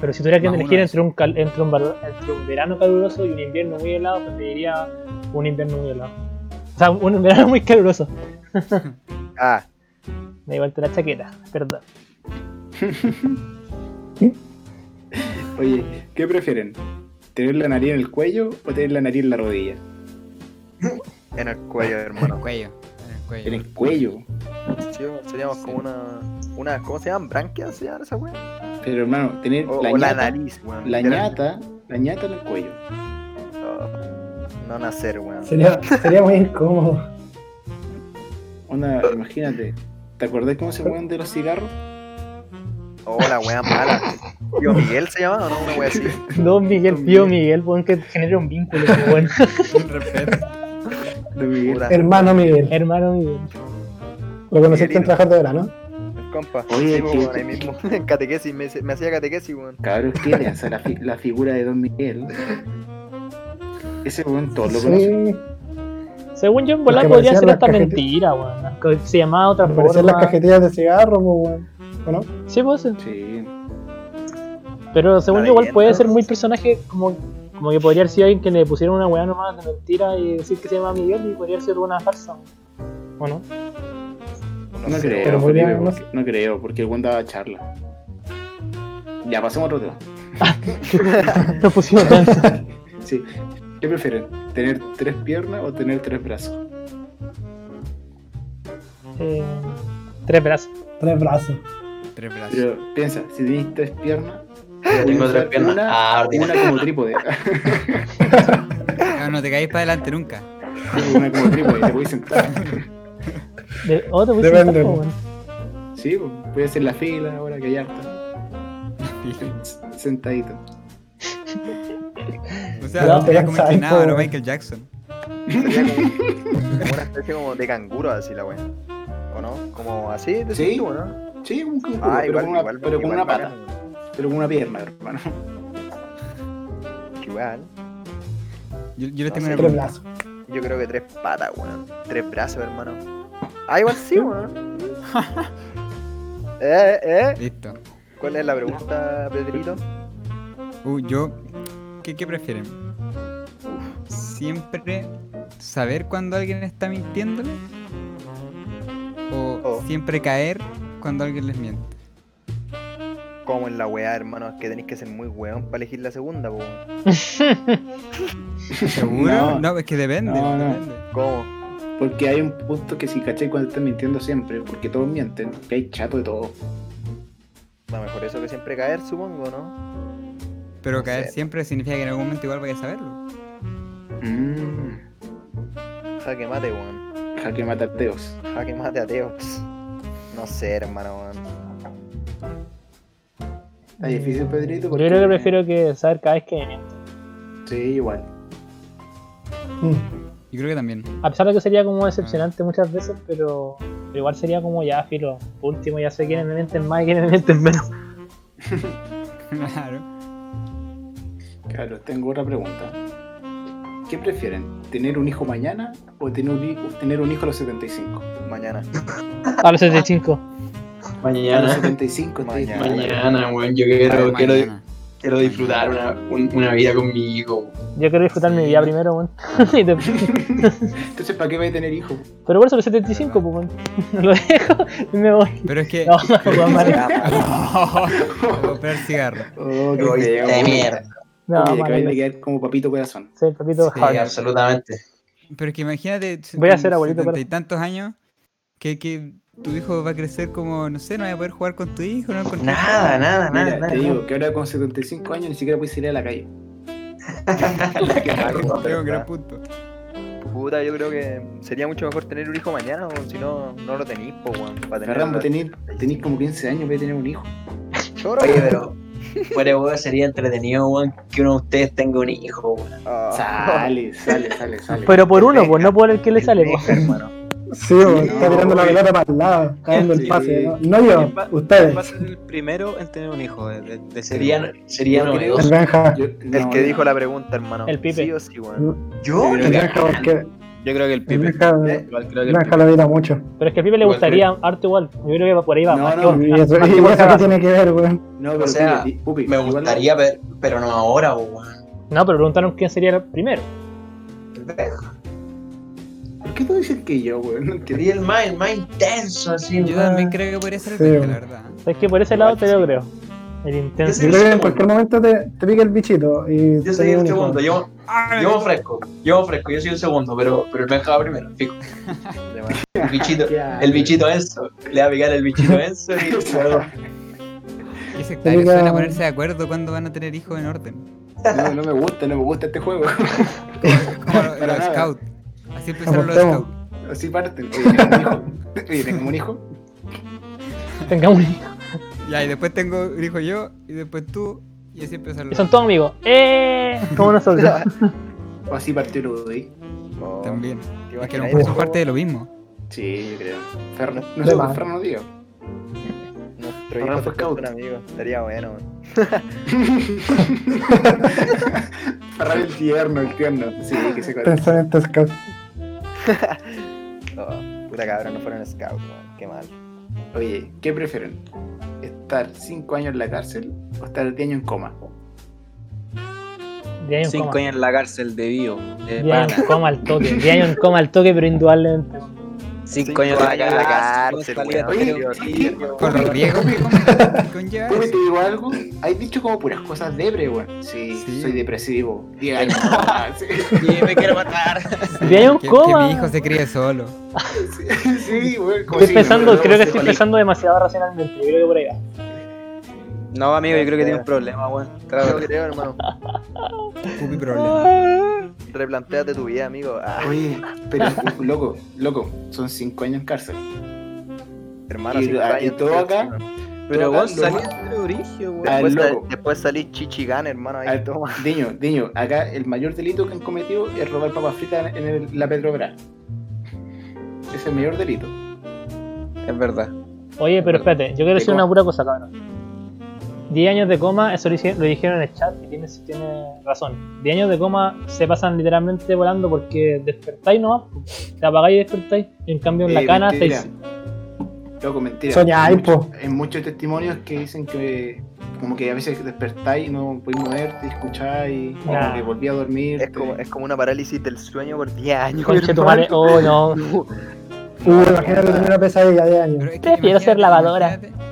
Pero si tuviera que Más uno elegir de entre un, cal- entre, un val- entre un verano caluroso y un invierno muy helado, preferiría un invierno muy helado. O sea, un verano muy caluroso. Ah, Me igual la chaqueta, es verdad. Oye, ¿qué prefieren? ¿Tener la nariz en el cuello o tener la nariz en la rodilla? en el cuello, En el hermano. cuello. En el En cuello. el cuello. Sí, weón, seríamos como una, una. ¿Cómo se llaman? ¿Branquias se llaman esa weón? Pero hermano, tener O o la, la, ñata, nariz, weón. la literal. ñata, la ñata en el cuello. Oh, No nacer, weón. Sería, sería muy incómodo. Onda, imagínate. ¿Te acordás cómo se juegan de los cigarros? Oh, la wea mala. Tío Miguel se llama o no, una wea así. Don Miguel, tío Miguel, buen que genera un vínculo, qué bueno. Un respeto. De Miguel. Puta, Hermano Miguel. Hermano Miguel. Lo conociste en Miguelito. trabajar de verano. el compa. Oye, Sí, ¿qué- weón, ahí mismo. En catequesis, me, me hacía catequesis, weón. Cabros, ¿qué le hace a la, fi- la figura de Don Miguel? Ese weón todo lo conoce. Sí. Según yo, en Porque volá podría parecían ser las hasta cajeti- mentira, weón. Que Se llamaba de otra Me parecían las forma. cajetillas de cigarro, pues, weón. Bueno, Sí, pues. Sí. Pero según La yo, igual leyenda, puede ¿no? ser muy personaje como, como que podría haber sido alguien que le pusieron una weá nomás de mentira y decir que se llama Miguel y podría haber sido una farsa. ¿O no? No, creo, sé, pero weón. podría- Felipe, no porque- no creo, porque el weón daba charla. Ya, pasemos a otro tema. No pusieron tanto. Sí. ¿Qué prefieren? ¿Tener tres piernas o tener tres brazos? Eh, tres brazos. tres brazos. Tres brazos. Pero piensa, si tenéis tres piernas, Yo tengo usar tres piernas. Una, Ah, ordinario. una como trípode. Ah, no te caes para adelante nunca. una como trípode, te podéis sentar. De, oh, te voy Depende. Sí, pues, voy a hacer la fila ahora que hay harta. S- Sentadito. O sea, No, no sería como pero inclinado, psycho. no Michael Jackson. Sería como, como una especie como de canguro, así la wea. ¿O no? Como así, de Sí. ese tipo, ¿no? Sí, un canguro, Ah, pero, igual, con una, igual, pero con igual una pata. bacán, Pero con una pierna, hermano. weón. Igual. Yo, yo les No tengo sé, una Tres pregunta. brazos. Yo creo que tres patas, weón. Tres brazos, hermano. Ah, igual sí, weón. ¿Eh? ¿Eh? Listo. ¿Cuál es la pregunta, Pedrito? Uh, yo, ¿qué, qué prefieren? ¿Siempre saber cuando alguien está mintiéndole? ¿O Oh. siempre caer cuando alguien les miente? Como en la weá, hermano, es que tenéis que ser muy weón para elegir la segunda, po. ¿Seguro? No, No. es que depende. No, no. depende. ¿Cómo? Porque hay un punto que si cachai cuando están mintiendo siempre, porque todos mienten, que hay chato de todo. No, mejor eso que siempre caer, supongo, ¿no? Pero No caer sé. siempre significa que en algún momento igual vaya a saberlo. Mm, Jaque mate, weón. jaque mata a Teos. Jaque mate ateo. No sé, hermano, weón. Está difícil, Pedrito. Eh, Yo creo que prefiero que saber cada vez que me mienten. Sí, igual. Mm. Yo creo que también. A pesar de que sería como decepcionante muchas veces, pero, pero igual sería como ya, filo. por Último, ya sé quiénes me mienten más y quiénes me mienten menos. claro. Claro, tengo otra pregunta. ¿Qué prefieren? ¿Tener un hijo mañana o tener un, hi- tener un hijo a los 75? Mañana. A los 75. A los Mañana, 75, estoy- Mañana. mañana, weón, yo quiero, Para quiero, mañana. quiero disfrutar una, un- una vida conmigo. Yo quiero disfrutar mi vida primero, weón. Y después- Entonces, ¿para qué vais a tener hijo? pero por eso los 75, pues, weón. Lo dejo y me voy. Pero es que. No, no, weón, vale. Voy a comprar cigarro. Oh, qué Egoísta de feo. mierda. No, Oye, acabáis de vale. quedar como papito corazón. Sí, papito, Sí, Sí, joder. absolutamente. Pero es que imagínate. s- Voy a con ser abuelito, setenta pero- y tantos años. Que, que tu hijo va a crecer como. No sé, no va a poder jugar con tu hijo. No va a encontrar- Nada, Ah, nada, nada, Mira, nada. te digo que ahora con 75 años ni siquiera puedes salir a la calle. Tengo un gran punto. Puta, yo creo que sería mucho mejor tener un hijo mañana, o si no, no lo tenéis, po, weón. Para tener Fernando, tenés, tenés como 15 años, voy a tener un hijo. choro. Oye, pero fuera weón sería entretenido, weón, que uno de ustedes tenga un hijo, weón. Oh. Ah, Sale, sale, sale, sale. Pero por uno, pues, no por el que le sale, pues. pendeja, hermano. Sí, weón, está tirando la pelota para el lado, cagando el Sí. pase. No, No yo, ¿Quién va- ustedes. Va a ser el primero en tener un hijo. De, de- de ese grupo. Sería, sería Yo creo- novedoso. El Benja. Yo- El no, que no. dijo la pregunta, hermano. El Pipe. Sí o sí, weón. Yo, El Benja, porque Yo creo que el el Pipe. Benja, eh, igual creo que el el Benja lo mira mucho. Pero es que a Pipe le Igual gustaría harto igual. Yo creo que por ahí va. No, más que no, vos. Y eso, Ah, más que y vos, eso qué Seba. tiene que ver, weón. No, pero O sea, Pupi, Pupi, me igual- gustaría, pero, pero no ahora, weón. No, pero preguntaron quién sería el primero. ¿Por qué tú dices que yo, güey? No entiendo. Sería el más, el más intenso, así, Yo weón. también creo que podría ser el Sí, Benja, bueno. la verdad. Es que por ese lado te lo creo. El intenso. Yo creo que en cualquier momento te, te pica el bichito. Y Yo este te soy da el un hijo. segundo, yo, yo me ofrezco, yo me ofrezco, yo soy el segundo, pero, pero el Benja va primero, fijo. De más. El bichito, Ya. el bichito Enzo, le va a picar el bichito Enzo y luego- Qué sectario Diga- suena ponerse de acuerdo cuando van a tener hijos en orden. No, no me gusta, no me gusta este juego. Como los, Para los nada. scouts. Así empezaron los Apostemos. scouts. Así parten. Oye, tengo un hijo. Oye, tengo un hijo. Tengamos un hijo. Ya, y después tengo un hijo yo, y después tú, y así empezaron Y los son todos amigos. ¡Eh! Como nosotros. O así partió Ludwig. Oh, También. ¿te Es que a lo imaginas mejor eso, son parte de weón? lo mismo. Sí, yo creo. Ferno, no De sé, más. Ferno digo. Nuestro Ahora fue hijo fue un scout. amigo. Estaría bueno, weón. Ferrar el tierno, el tierno. Sí, que se corta. Pensamiento scout. Oh, puta cabrón, no fueron scout, weón. Qué mal. Oye, ¿qué prefieren? ¿Estar 5 años en la cárcel o estar 10 años en coma? Diez años en Cinco coma. años en la cárcel de vivo. De Diez años pana. en coma al toque. Diez años en coma al toque, pero indudablemente. Cinco años en la cárcel. weón. salía Oye, tiro. ¿qué? Con los riesgos que conlleva ¿Tú me te eso. digo algo? Has dicho como puras cosas debre, weón. Sí, Sí. soy depresivo. 10 años. en coma. Sí, Sí, me quiero matar. Diez años Que, en que coma. mi hijo se críe solo. sí, weón. como Estoy si- pensando, no, creo que no, estoy sí, pensando demasiado racionalmente. Yo creo que por ahí va. No, amigo, yo creo que tiene un problema, weón. Yo Claro. creo, hermano. Pupi problema. Replantéate tu vida, amigo. Ah, Oye, pero loco, loco, son 5 años en cárcel. hermano, y- cinco y años. todo tío, acá, encima. Pero Todo vos acá, lo- salís de origen, weón. Ah, Después, sal- loco. después salís chichigán, hermano. Ahí Al- toma. Diño, Diño, Ah, acá el mayor delito que han cometido es robar papas fritas en, el- la Petrobras. Es el mayor delito. Es verdad. Oye, pero espérate, yo quiero decir coma. una pura cosa, cabrón. 10 años de coma, eso lo, hice- lo dijeron en el chat y tiene, tiene razón. 10 años de coma se pasan literalmente volando porque despertáis nomás, po. te apagáis y despertáis. En cambio, en la Eh, cana mentira. estáis- Loco, mentira. Soñáis, Hay mucho- po. Hay muchos testimonios que dicen que como que a veces despertáis y no podéis moverte, escucháis, y Nah. como que volví a dormir. Es como, es como una parálisis del sueño por 10 años. Conche tu madre. hermano. Oh, no. Uh, imagínate tener una pesadilla de años. Pero es que Prefiero ser imagínate, lavadora. imagínate.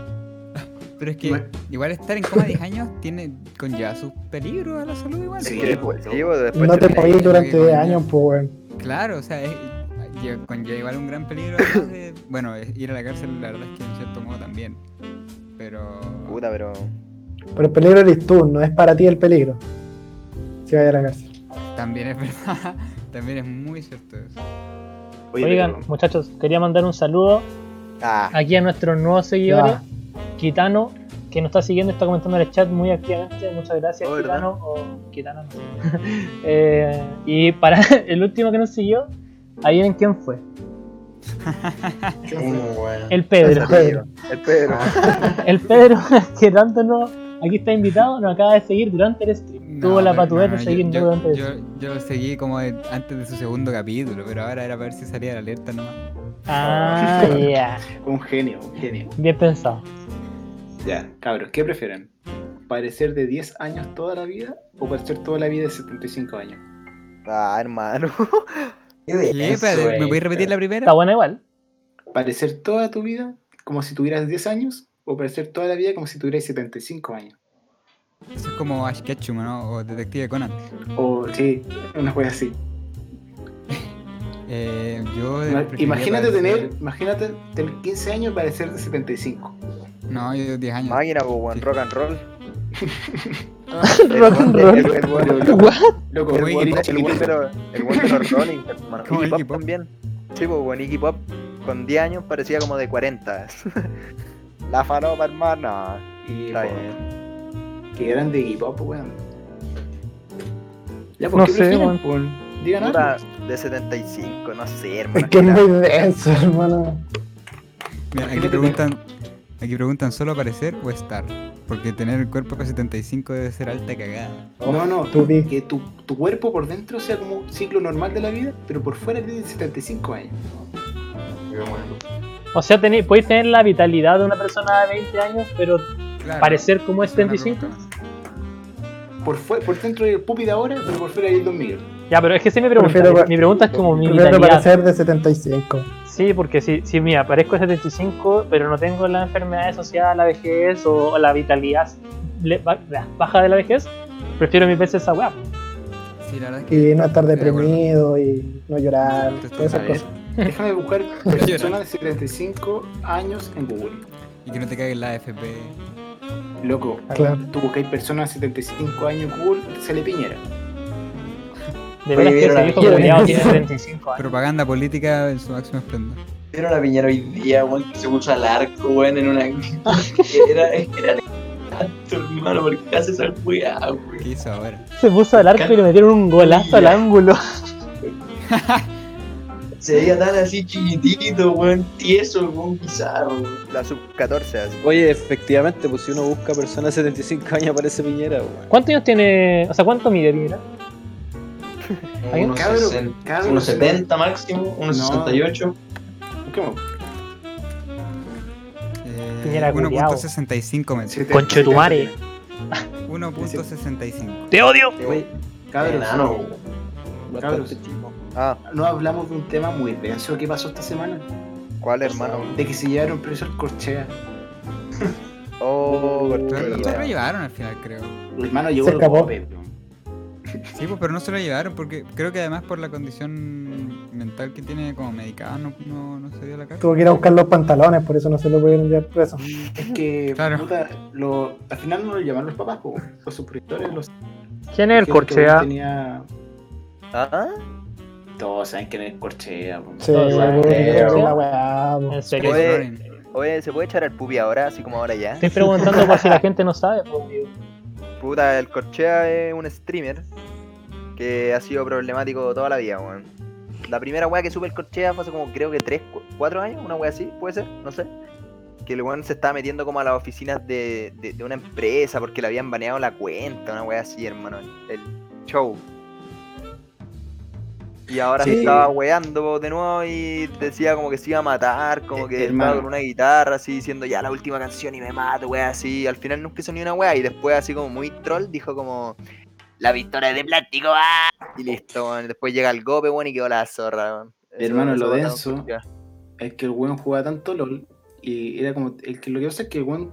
Pero es Ima- que igual estar en coma 10 años tiene con ya sus peligros a la salud igual. Sí, Sí, pues, sí, pues, después No te termináis- podías durante Oye, 10 años, pues, weón. Claro, o sea, es, ah, lle- con ya igual un gran peligro. además de- bueno, es- ir a la cárcel la verdad es que en cierto modo también. Pero... Puta, pero. Pero el peligro eres tú, no es para ti el peligro. Si vayas a la cárcel. También es verdad. También es muy cierto eso. Oye, Oigan, pero- muchachos, quería mandar un saludo Ah, aquí a nuestros nuevos seguidores. Kitano, que nos está siguiendo, está comentando en el chat muy activamente. Muchas gracias, Oh, ¿verdad? Kitano. O Kitano, no sé. Eh, y para el último que nos siguió, adivinen quién fue. El Pedro. Pedro. el Pedro. El Pedro, que tanto no. Aquí está invitado, nos acaba de seguir durante el stream. No, Tuvo la pero- patudez no, de no, seguirnos yo, durante el yo, stream. yo, yo lo seguí como de- antes de su segundo capítulo, pero ahora era para ver si salía la alerta nomás. Ah, ya. un genio, un genio. Bien pensado. Ya, cabros, ¿qué prefieren? ¿Parecer de 10 años toda la vida o parecer toda la vida de 75 años? Ah, hermano. ¿Qué? Eh, Espérate, ¿Me podéis repetir la primera? Está buena igual. ¿Parecer toda tu vida como si tuvieras 10 años o parecer toda la vida como si tuvieras 75 años? Eso es como Ash Ketchum, ¿no? O Detective Conan. O sí, una cosa así. Eh, yo Ima- preferiría Imagínate parecer- tener, imagínate tener 15 años y parecer de 75. No, yo 10 años. Máquina, pues, weón, rock and roll. Rock and El- roll. El el weón Loco, loco, Como el weón- Iggy el el weón de weón- los- el weón de los Rolling, hermano. Como Iggy Iggy Pop Pop. también. Sí, pues, weón, Iggy Pop con 10 años parecía como de 40. La faropa, hermano. y, Está pues. po, bien. Que eran de Iggy Pop, weón. Ya, pues, No ¿qué sé, prefieren, weón. po? Digan algo. Puta, de 75, no sé, hermano. Es que es muy denso, hermano. Mira, aquí Imagínate preguntan, aquí preguntan solo aparecer o estar. Porque tener el cuerpo de 75 debe ser alta cagada. No, no, tú di. que tu, tu cuerpo por dentro sea como un ciclo normal de la vida, pero por fuera tiene 75 años. O sea, tenéis, podéis tener la vitalidad de una persona de 20 años, pero Claro. parecer como es Esa es una 75. pregunta más. Por, fue, por dentro del pupi de ahora, pero por fuera del 2000. Ya, pero es que sí me pregunta. Prefiero- mi pregunta es como mi Prefiero vitalidad. parecer de 75. Sí, porque si, si mira, parezco 75, pero no tengo la enfermedad asociada a la vejez o la vitalidad le- ba- la- baja de la vejez, prefiero mil veces esa weá. Sí, la verdad es que. Y no estar Estoy de acuerdo. deprimido y no llorar, Estoy todas esas bien. cosas. Déjame buscar personas de 75 años en Google. Y que no te caguen la FP. Loco, Claro. tú buscáis personas de 75 años en Google, te sale Piñera. De veras que vieron ese la- viejo vieron culiado la- tiene 35 años. Propaganda política en su máximo esplendor. Vieron a Piñera hoy día, weón, que se puso al arco, weón, en una. era, era tanto, hermano, porque hace esa weá, ¿Qué weón. hizo ahora? Se puso al arco y le metieron un golazo al ángulo. Se veía tan así chiquitito, weón, tieso, weón, bizarro, weón. La sub 14, así. Oye, efectivamente, pues si uno busca personas de 75 años aparece Piñera, weón. ¿Cuántos años tiene? O sea, ¿cuánto mide Piñera? Ahí, Unos cabro, 60, cabro, unos sí. 70 máximo, unos No. 68. Busquemos. Eh, Piñera culiao. 1.65 metros. Conchetumare. 1.65. ¡Te odio! Güey, Cabros, enano, weón. Bastante Cabros. chico. Ah, no hablamos de un tema muy denso que pasó esta semana. ¿cuál, hermano? De que se llevaron preso al corchea. Oh, Pero no se lo corchea. llevaron al final, creo. El hermano llegó Se el escapó. golpe, bro. Sí, pues, pero no se lo llevaron porque creo que además por la condición mental que tiene como medicado no, no, no se dio la cara. Tuvo que ir a buscar los pantalones, por eso no se lo pudieron llevar preso. Es que, Claro. puta, lo- al final no lo llamaron los papás, po, los suscriptores. Los, ¿Quién es el dijeron que corchea? Tenía... ¿Ah? Todos saben quién es corchea. po. Sí, No, weón, creo. la weá, po. En Chris serio. Oye. Lauren. Oye, ¿se puede echar al pupi ahora, así como ahora ya? Estoy preguntando por si la gente no sabe. pues, amigo. Puta, el Corchea es un streamer que ha sido problemático toda la vida, weón. La primera weá que sube el Corchea fue hace como creo que 3, 4 años, una weá así, puede ser, no sé. Que el weón se estaba metiendo como a las oficinas de, de- de una empresa porque le habían baneado la cuenta, una weá así, hermano. El, el show. Y ahora Sí. se estaba weando de nuevo y decía como que se iba a matar, como Eh, que hermano. estaba con una guitarra así diciendo ya la última canción y me mato, wea, así. Al final nunca hizo ni una wea y después así como muy troll dijo como la victoria es de plástico, ¡ah! Y listo, weón. Después llega el gope, weón, y quedó la zorra, weón. Eso- Hermano, eso lo pasó denso. con Culiao. es que el weón jugaba tanto LOL y era como. El que, lo que pasa es que el weón.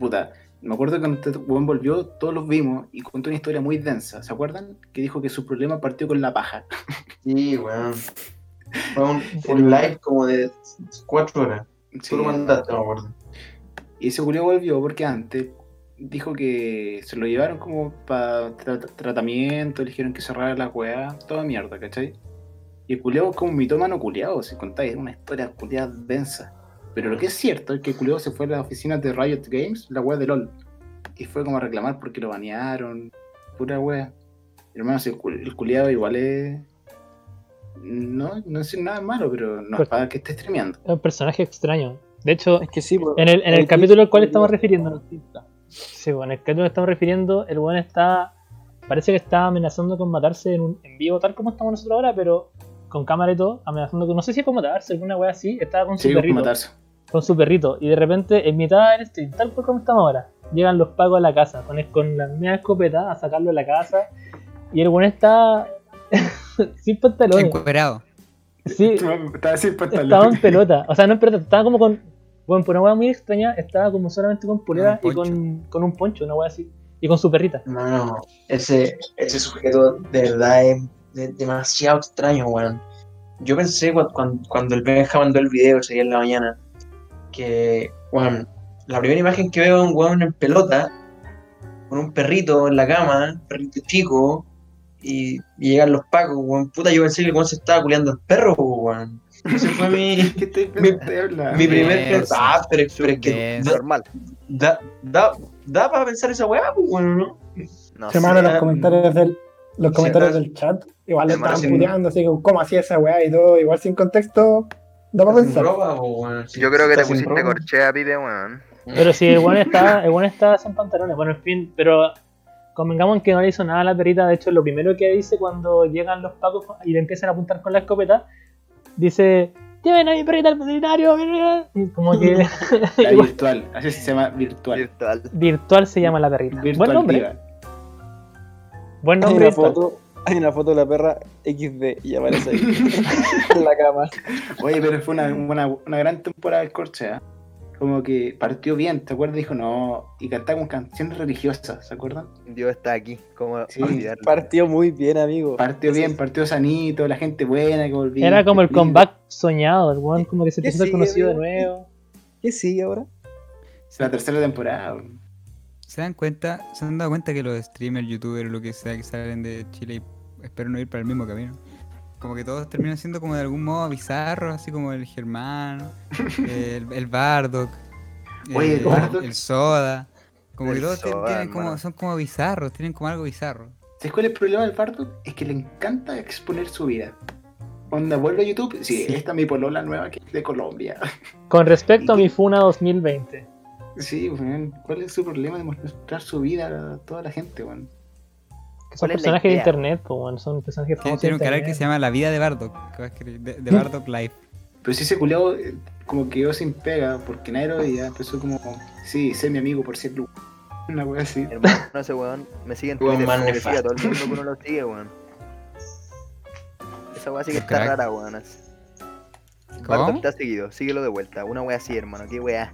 Puta, me acuerdo que cuando este weón volvió, todos los vimos y contó una historia muy densa. ¿Se acuerdan? Que dijo que su problema partió con la paja. Sí, weón. Fue un, un live como de cuatro horas. Sí. Tú lo mandaste, me acuerdo. Y ese Julio volvió porque antes dijo que se lo llevaron como para tratamiento, le dijeron que cerrara la weá, toda mierda, ¿cachai? Y el culiao es como un mitómano culiao, si contáis, es una historia culiada densa. Pero lo que es cierto es que el culiao se fue a las oficinas de Riot Games, la weá de LOL, y fue como a reclamar porque lo banearon, pura weá. Hermano, si el, cul- el culiao igual es. No, no es nada malo, pero no es para que esté streameando. Es un personaje extraño. De hecho, Es que sí, pues, en el, en el Ortiz- capítulo al cual estamos Ortiz- refiriéndonos. Sí, bueno, en el capítulo que estamos refiriendo, el weón está. Parece que está amenazando con matarse en, un, en vivo, tal como estamos nosotros ahora, pero con cámara y todo, amenazando con. No sé si con matarse, alguna wea así. Estaba con su Sí, perrito. matarse. Con su perrito. Y de repente, en mitad del stream, tal cual como estamos ahora, llegan los pagos a la casa, con, con la media escopeta a sacarlo de la casa. Y el weón está. sin pantalones. Encuerado. Sí, Estaba sin estaba pantalones. en pelota. O sea, no en pelota, estaba como con. Bueno, por una hueá muy extraña, estaba como solamente con polera Con y un poncho. con, con un poncho, una hueá así. Y con su perrita. No, no, ese, ese sujeto de verdad es, es demasiado extraño, weón. Yo pensé cu- cuan- cuando el Benja mandó el video ese día en la mañana que, weón, la primera imagen que veo es un weón en pelota con un perrito en la cama, un perrito chico, y, y llegan los pacos, weón. Puta, yo pensé que el weón se estaba culeando al perro, weón. Ese fue mi, ¿Qué te Mi- habla? mi primer Eso. pensamiento. Ah, pero, pero es que Bien. da, Normal. da, da, da para pensar esa weá, pues, weón, ¿no? No Hermano, sé. sí. los comentarios del, los Sí, comentarios hermano. del chat igual le Hermano, estaban sí. puteando, así que cómo hacía esa weá y todo, igual sin contexto, da para Está sin pensar. ropa, po, weón. Si- Yo creo que está te sin pusiste ropa. corchea, pibe, weón. Pero sí, el weón estaba, el weón estaba sin pantalones. Bueno, en fin, pero convengamos en que no le hizo nada a la perrita. De hecho, lo primero que dice cuando llegan los pacos y le empiezan a apuntar con la escopeta, dice: Lleven a mi perrita al veterinario. mira". Y como que La virtual, así se llama virtual. Virtual. virtual se llama la perrita. Virtual buen nombre, diva. buen Hay nombre. una, virtual. foto, hay una foto de la perra XD y aparece ahí en la cama. Oye, pero fue una, una, una gran temporada del Corchea. Como que partió bien, ¿te acuerdas? Dijo no, y cantaba con canciones religiosas, ¿se acuerdan? Dios está aquí. Como Sí. olvidarlo. Partió muy bien, amigo. Partió bien, partió sanito, la gente buena que volvía. Era como el Lindo. comeback soñado, el weón como que se empezó a ser sigue, conocido de amigo? nuevo. ¿Qué sigue ahora? La tercera temporada. ¿Se dan cuenta? ¿Se han dado cuenta que los streamers, youtubers, lo que sea que salen de Chile y espero no ir para el mismo camino? Como que todos terminan siendo como de algún modo bizarros, así como el Germán, el, el Bardock, Oye, el, Bardock. el Soda. Como que El todos te- Soda, tienen como, hermano. son como bizarros, tienen como algo bizarro. ¿Sabes cuál es el problema del Bardo? Es que le encanta exponer su vida. Cuando vuelve a YouTube, sí, Sí. esta es mi polola nueva que es de Colombia. Con respecto a ¿Y qué? mi Funa 2020, Sí, weón. ¿Cuál es su problema de mostrar su vida a toda la gente, weón? que son ¿Cuál es la personajes de idea? internet, po, weón, son personajes Tiene, famosos. de tiene un canal que internet. se llama La Vida de Bardock, que va a escribir- de, de Bardock Live. Pero si ese culiao eh, como quedó sin pega, porque nadie lo veía, empezó como, sí, sé mi amigo por ser lu- una wea así. Hermano, ese weón me sigue en Weón Twitter. más como que sigue a todo nefasto. el mundo que uno lo sigue, weón. Esa weá sí que Un está crack. rara, weón. así. ¿Cómo? Bardock te ha seguido, síguelo de vuelta. Una wea así, hermano, qué wea.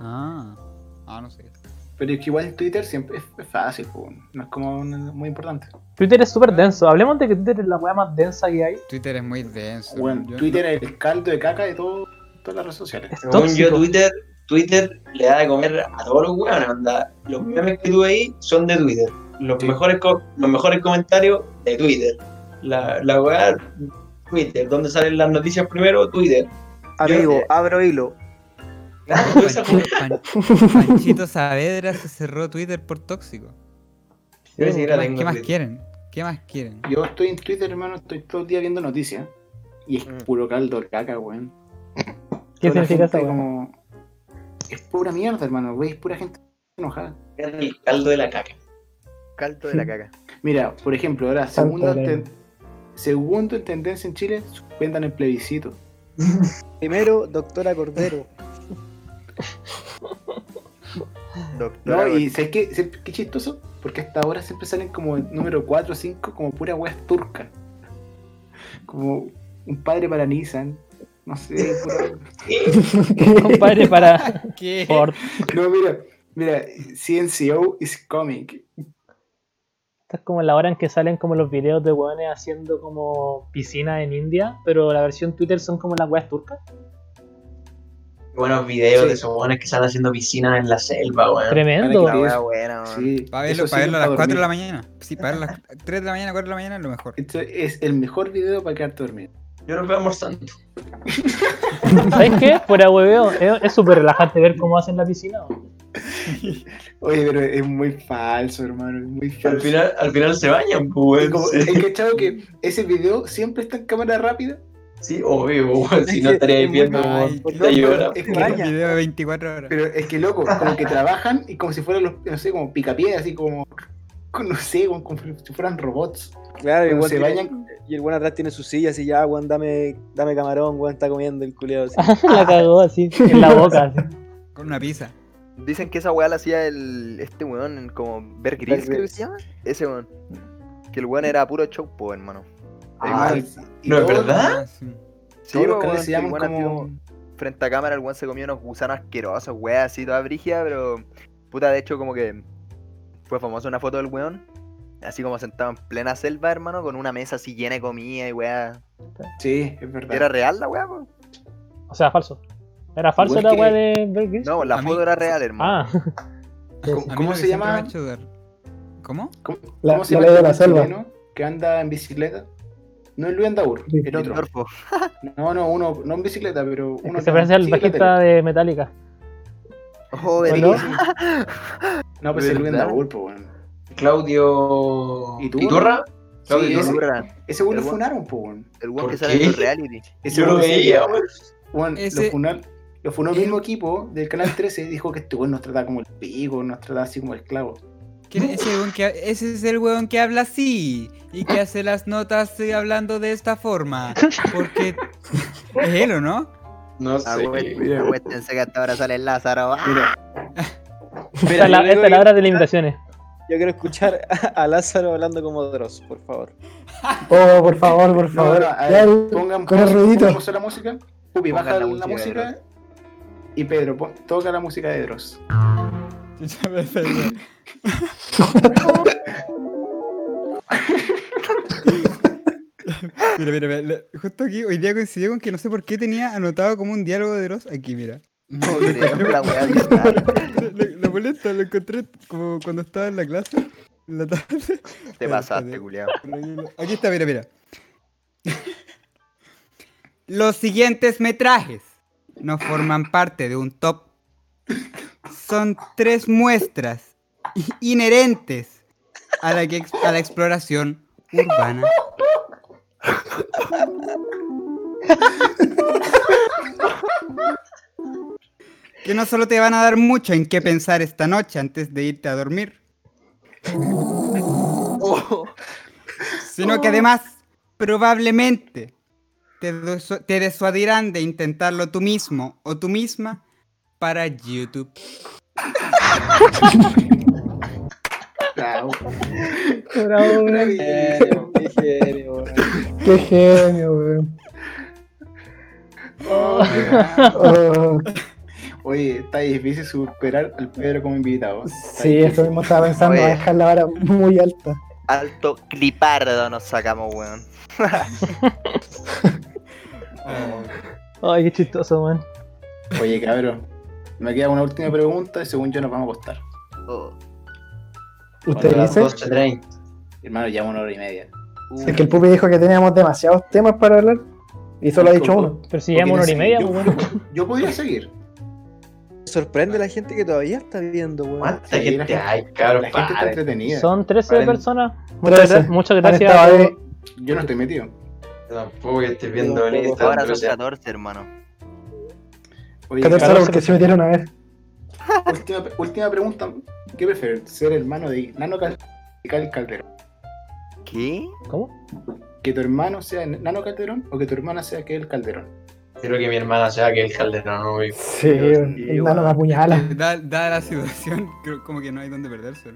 Ah, ah, no sé. Pero es que igual en Twitter siempre es, es fácil, po, weón. no es como un- muy importante. Twitter es súper denso. Hablemos de que Twitter es la weá más densa que hay. Twitter es muy denso. Weón, Yo- Twitter es el caldo de caca de todo, todas las redes sociales. Es Según yo, tóxico. Twitter, Twitter le da de comer a todos los weones. onda. Los memes que tuve ahí son de Twitter. Los, Sí. mejores, co- los mejores comentarios de Twitter. La, la weá, Twitter. ¿Dónde salen las noticias primero? Twitter. Amigo, eh, abro hilo. Ah, Esa Panchi- Pan- Panchito Saavedra se cerró Twitter por tóxico. Yo ni siquiera ¿Qué más, tengo qué más Twitter. quieren? ¿Qué más quieren? Yo estoy en Twitter, hermano, estoy todo el día viendo noticias. Y es Mm. puro caldo de caca, weón. ¿Qué Toda significa la gente esa weá? como- Es pura mierda, hermano, wey, es pura gente enojada. El caldo de la caca. Caldo de la caca. Mira, por ejemplo, ahora, Santo segunda, Elena. te- Segundo en tendencia en Chile, suspendan el plebiscito. Primero, doctora Cordero. Doctora, No, y ¿sabes qué, ¿sabes qué chistoso? Porque hasta ahora siempre salen como el número 4 o 5 como pura weas turca. Como un padre para Nissan. No sé, pura- Compadre, para ¿Qué? Ford. No, mira, mira, CNCO is comic. Esta es como la hora en que salen como los videos de hueones haciendo como piscina en India, pero la versión Twitter son como las weas turcas. Buenos videos Sí. de esos hueones que están haciendo piscinas en la selva, weón. Tremendo. Para que wea buena, Ah. weón. Sí, Para verlo, pa' eso sirve verlo a las pa' 4 de la dormir. mañana. Sí, para verlo a las 3 de la mañana, 4 de la mañana es lo mejor. Esto es el mejor video para quedarte dormido. Yo los veo almorzando. ¿Sabes qué? Fuera hueveo. Es es súper relajante ver cómo hacen la piscina. weón. Oye, pero es muy falso, hermano, es muy falso. Al final, al final se bañan, Es pues, como- weón. ¿Has Sí, cachado que ese video siempre está en cámara rápida? Sí, obvio, pues, weón. Si no que estaría es muy- viendo, Ay, weón. qué Te llora. es Un que Vaya. video de 24 horas. Pero es que loco, como que trabajan y como si fueran los, no sé, como picapiedras, así como, como, no sé, como, como si fueran robots. Claro, Cuando igual se tiene- bañan, y el buen atrás tiene su silla así, ya, weón, dame, dame camarón, weón, está comiendo el culiado así. La cagó así, en la boca. así. Con una pizza. Dicen que esa weá la hacía el, este weón, en como Bear Bear Grylls, creo que se llama. Ese weón. Que el weón era puro show, po, hermano. Ah, igual, y ¿no es todos- verdad? Ah, sí. Sí, Todos los po, canales se weón, que el llaman weón hacía como... un- Frente a cámara el weón se comía unos gusanos asquerosos, weá, así toda brígida, pero... Puta, de hecho, como que... Fue famosa una foto del weón. Así como sentado en plena selva, hermano, con una mesa así llena de comida y weá. Sí, es verdad. ¿Era real la weá, po? O sea, falso. Era falso Igual la que- wea de Bear Grylls? No, la A mí- foto era real, Ah, hermano. A ¿Cómo, mí cómo lo que siempre se me llama? ha hecho dudar- ¿Cómo? ¿Cómo, La- cómo se la llama ley de el la selva. chileno que anda en bicicleta? No es Luis Andaur, Sí. el otro. Dorfo. No, no, uno, no en bicicleta, pero es uno que se parece al sí, la bajista tele. de Metallica. Joder, ¿O no? sí. No, pues es Luis ¿Verdad? Andaur, pues bueno. Claudio. ¿Iturra? ¿Iturra? Claudio Sí, Iturra. ese- Era Ese güey lo El güey- funaron, pues bueno. El weón ¿Por que sale en qué? los reality. Ese Yo lo güey- veía, weón. Juan, Ese- lo funó, lo funó el el- mismo equipo del Canal 13 dijo que este weón nos trataba como el pico, nos trataba así como esclavos. ¿Quién es ese, weón que ha- ese es el weón que habla así y que hace las notas eh, hablando de esta forma. Porque es él o no? Ah, No sé. mira. Acuéstense que hasta ahora sale el Lázaro. ¡Ah! Mira, Esta es la, yo creo esta es la que- hora de limitaciones. Yo quiero escuchar a, a Lázaro hablando como Dross, por favor. Oh, por favor, por no, favor. no, a Ya, ver, pongan con el pon- ruidito. pongamos la música. Pupi, Pongan baja la la, música de música. y Pedro, pon- toca la música de Dross. Chucha, me perdí. mira, mira, mira, le- justo aquí hoy día coincidió con que no sé por qué tenía anotado como un diálogo de Dross aquí, mira. Ah, No, creo, la weá bien rara. Lo, lo- lo molesto, lo encontré como cuando estaba en la clase, en la tarde. Te pasaste, culiao. Pero aquí lo- Aquí está, mira, mira. Los siguientes metrajes no forman parte de un top. Son tres muestras i- inherentes a la, que ex- a la exploración urbana. Que no solo te van a dar mucho en qué pensar esta noche antes de irte a dormir, sino Oh. que además probablemente te, desu- te desuadirán de intentarlo tú mismo o tú misma para YouTube. Bravo. Bravo, Maravilloso. Qué genio, weón. Qué genio, weón. Oh, Oh, Oye, está difícil superar al Pedro como invitado. Está sí, difícil. eso mismo estaba pensando, Oye. a dejar la vara muy alta. Alto clipardo nos sacamos, weón. Ay, qué chistoso, man. Oye, cabrón. Me queda una última pregunta y según yo nos vamos a acostar. Oh, ¿Usted Cuando Las dice? 12.30. Hermano, ya una hora y media. uh, Es que el Pupi dijo que teníamos demasiados temas para hablar y solo ha dicho uno. Pero si llevamos una hora y media, pues bueno. Yo podría seguir. Me Sorprende la gente que todavía está viendo, weón. ¿Cuánta Sí, la gente gente- hay, cabrón? La gente está Paren. entretenida. Son 13 Paren. personas. Muchas, Trece. gra- muchas Han gracias. estado a ahí. todos. Yo no estoy metido. Tampoco que estés viendo en ahora son Instagram. 14, hermano. Oye, 14 Carlos, porque se metieron a ver. última, última pregunta. ¿Qué prefieres? ¿Ser hermano de Nano Cal Cal Calderón? ¿Qué? ¿Cómo? que tu hermano sea Nano Calderón o que tu hermana sea que el Calderón. Creo que mi hermana sea que el Calderón, ¿no? Y- Sí, el nano me apuñala. Da, da la situación, creo como que no hay donde perderse.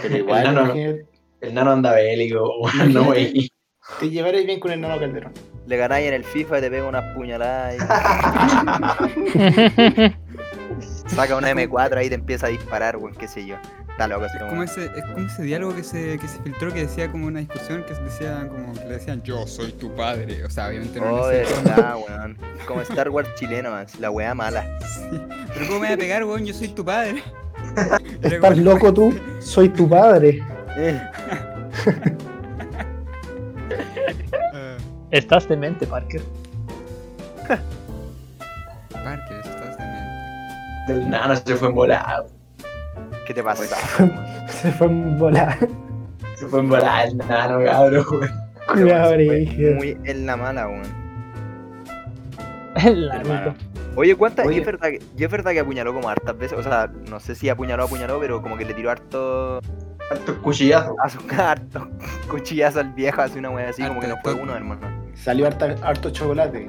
Pero igual, El nano. imagínate, El nano anda bélico, weón, no, güey. te llevaréis bien con el Nano Calderón. Le ganáis en el FIFA y te pega unas puñaladas. y- Saca una M4 ahí y te empieza a disparar, weón, qué sé yo. Está loco ese Como weón. ese, es como ese diálogo que se, que se filtró que decía como una discusión que decía como que le decían yo soy tu padre. O sea, obviamente no Oh, en de ese tono. verdad, weón. Como Star Wars chileno, man. La weá mala. Sí. Pero cómo me voy a pegar, weón, yo soy tu padre. Era Estás como- loco tú, soy tu padre. Eh, Estás demente, Parker. Parker, estás demente. El nano se fue embolado. ¿Qué te pasa? Se fue en volar. Se fue embolado el nano, cabrón, weón. Cuidado, brígido. Muy en la mala, weón. La Hermano. neta. Oye, ¿cuántas? Oye. Y es verdad, que, y es verdad que apuñaló como hartas veces. O sea, no sé si apuñaló apuñaló, pero como que le tiró harto. Hartos cuchillazos. A su harto cuchillazo al viejo, así una weá así, como que Harto no fue toque. uno, hermano. Salió harta- harto chocolate.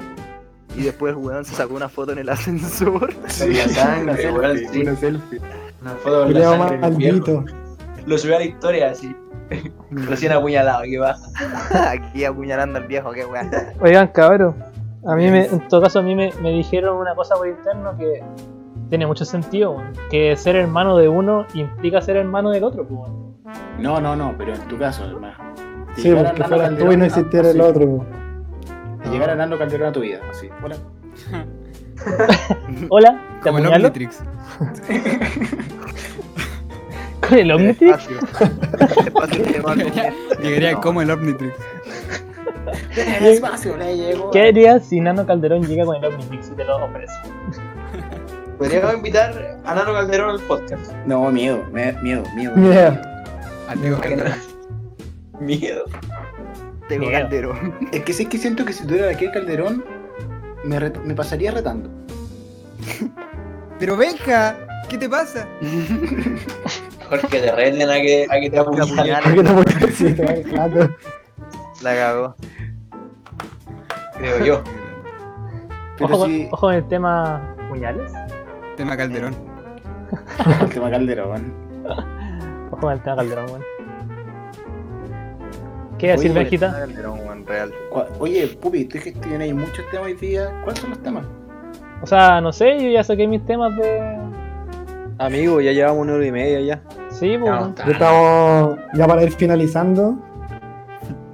Y después el weón se sacó una foto en el ascensor. Salía una sangre, weón, selfie, sí. una selfie. Una foto con la Cuidado, sangre del viejo. maldito. Mm. Lo subió a la historia así. Recién apuñalado, ¿qué va? Aquí apuñalando al viejo, qué weá. Oigan, cabrón. A mí, me, en todo caso, a mí me, me dijeron una cosa por interno que tiene mucho sentido, weón. Que ser hermano de uno implica ser hermano del otro, pues, weón. No, no, no, pero en tu caso, hermano. Si Sí, llegara porque Nano fueras tú y Calderón no a- ah, existiera el sí, otro. si Llegara Nano Calderón a tu vida, así. Hola. Hola, ¿te Como el apuñalo? Omnitrix. ¿Con el Omnitrix? Despacio. Despacio te va a comer. Llegaría No. como el Omnitrix. Despacio, le llegó. ¿Qué harías si Nano Calderón llega con el Omnitrix y te lo ofrece? Podríamos invitar a Nano Calderón al podcast. No, miedo, me- miedo, miedo. Miedo. Al Diego Calderón. Miedo. Tengo Miedo. calderón. Es que sé que siento que si tuviera aquí el Calderón, me, re- me pasaría retando. Pero Benja, ¿qué te pasa? Mejor que te renden a que, a que te apuñalen. ¿Por qué no puedes decir? Alejandro? La cagó. Creo yo. Pero Ojo, con- si. ojo con el tema puñales. Tema Calderón. El tema Calderón. Ojo con el tema Calderón, weón. ¿Qué decir, Oye, Benjita? Calderón, weón, real. Cua- Oye, Pupi, tú dijiste que tenéis muchos temas hoy día. ¿Cuáles son los temas? O sea, no sé, yo ya saqué mis temas de. Amigo, ya llevamos una hora y media ya. Sí, pues. No, weón. está. Ya estamos ya para ir finalizando.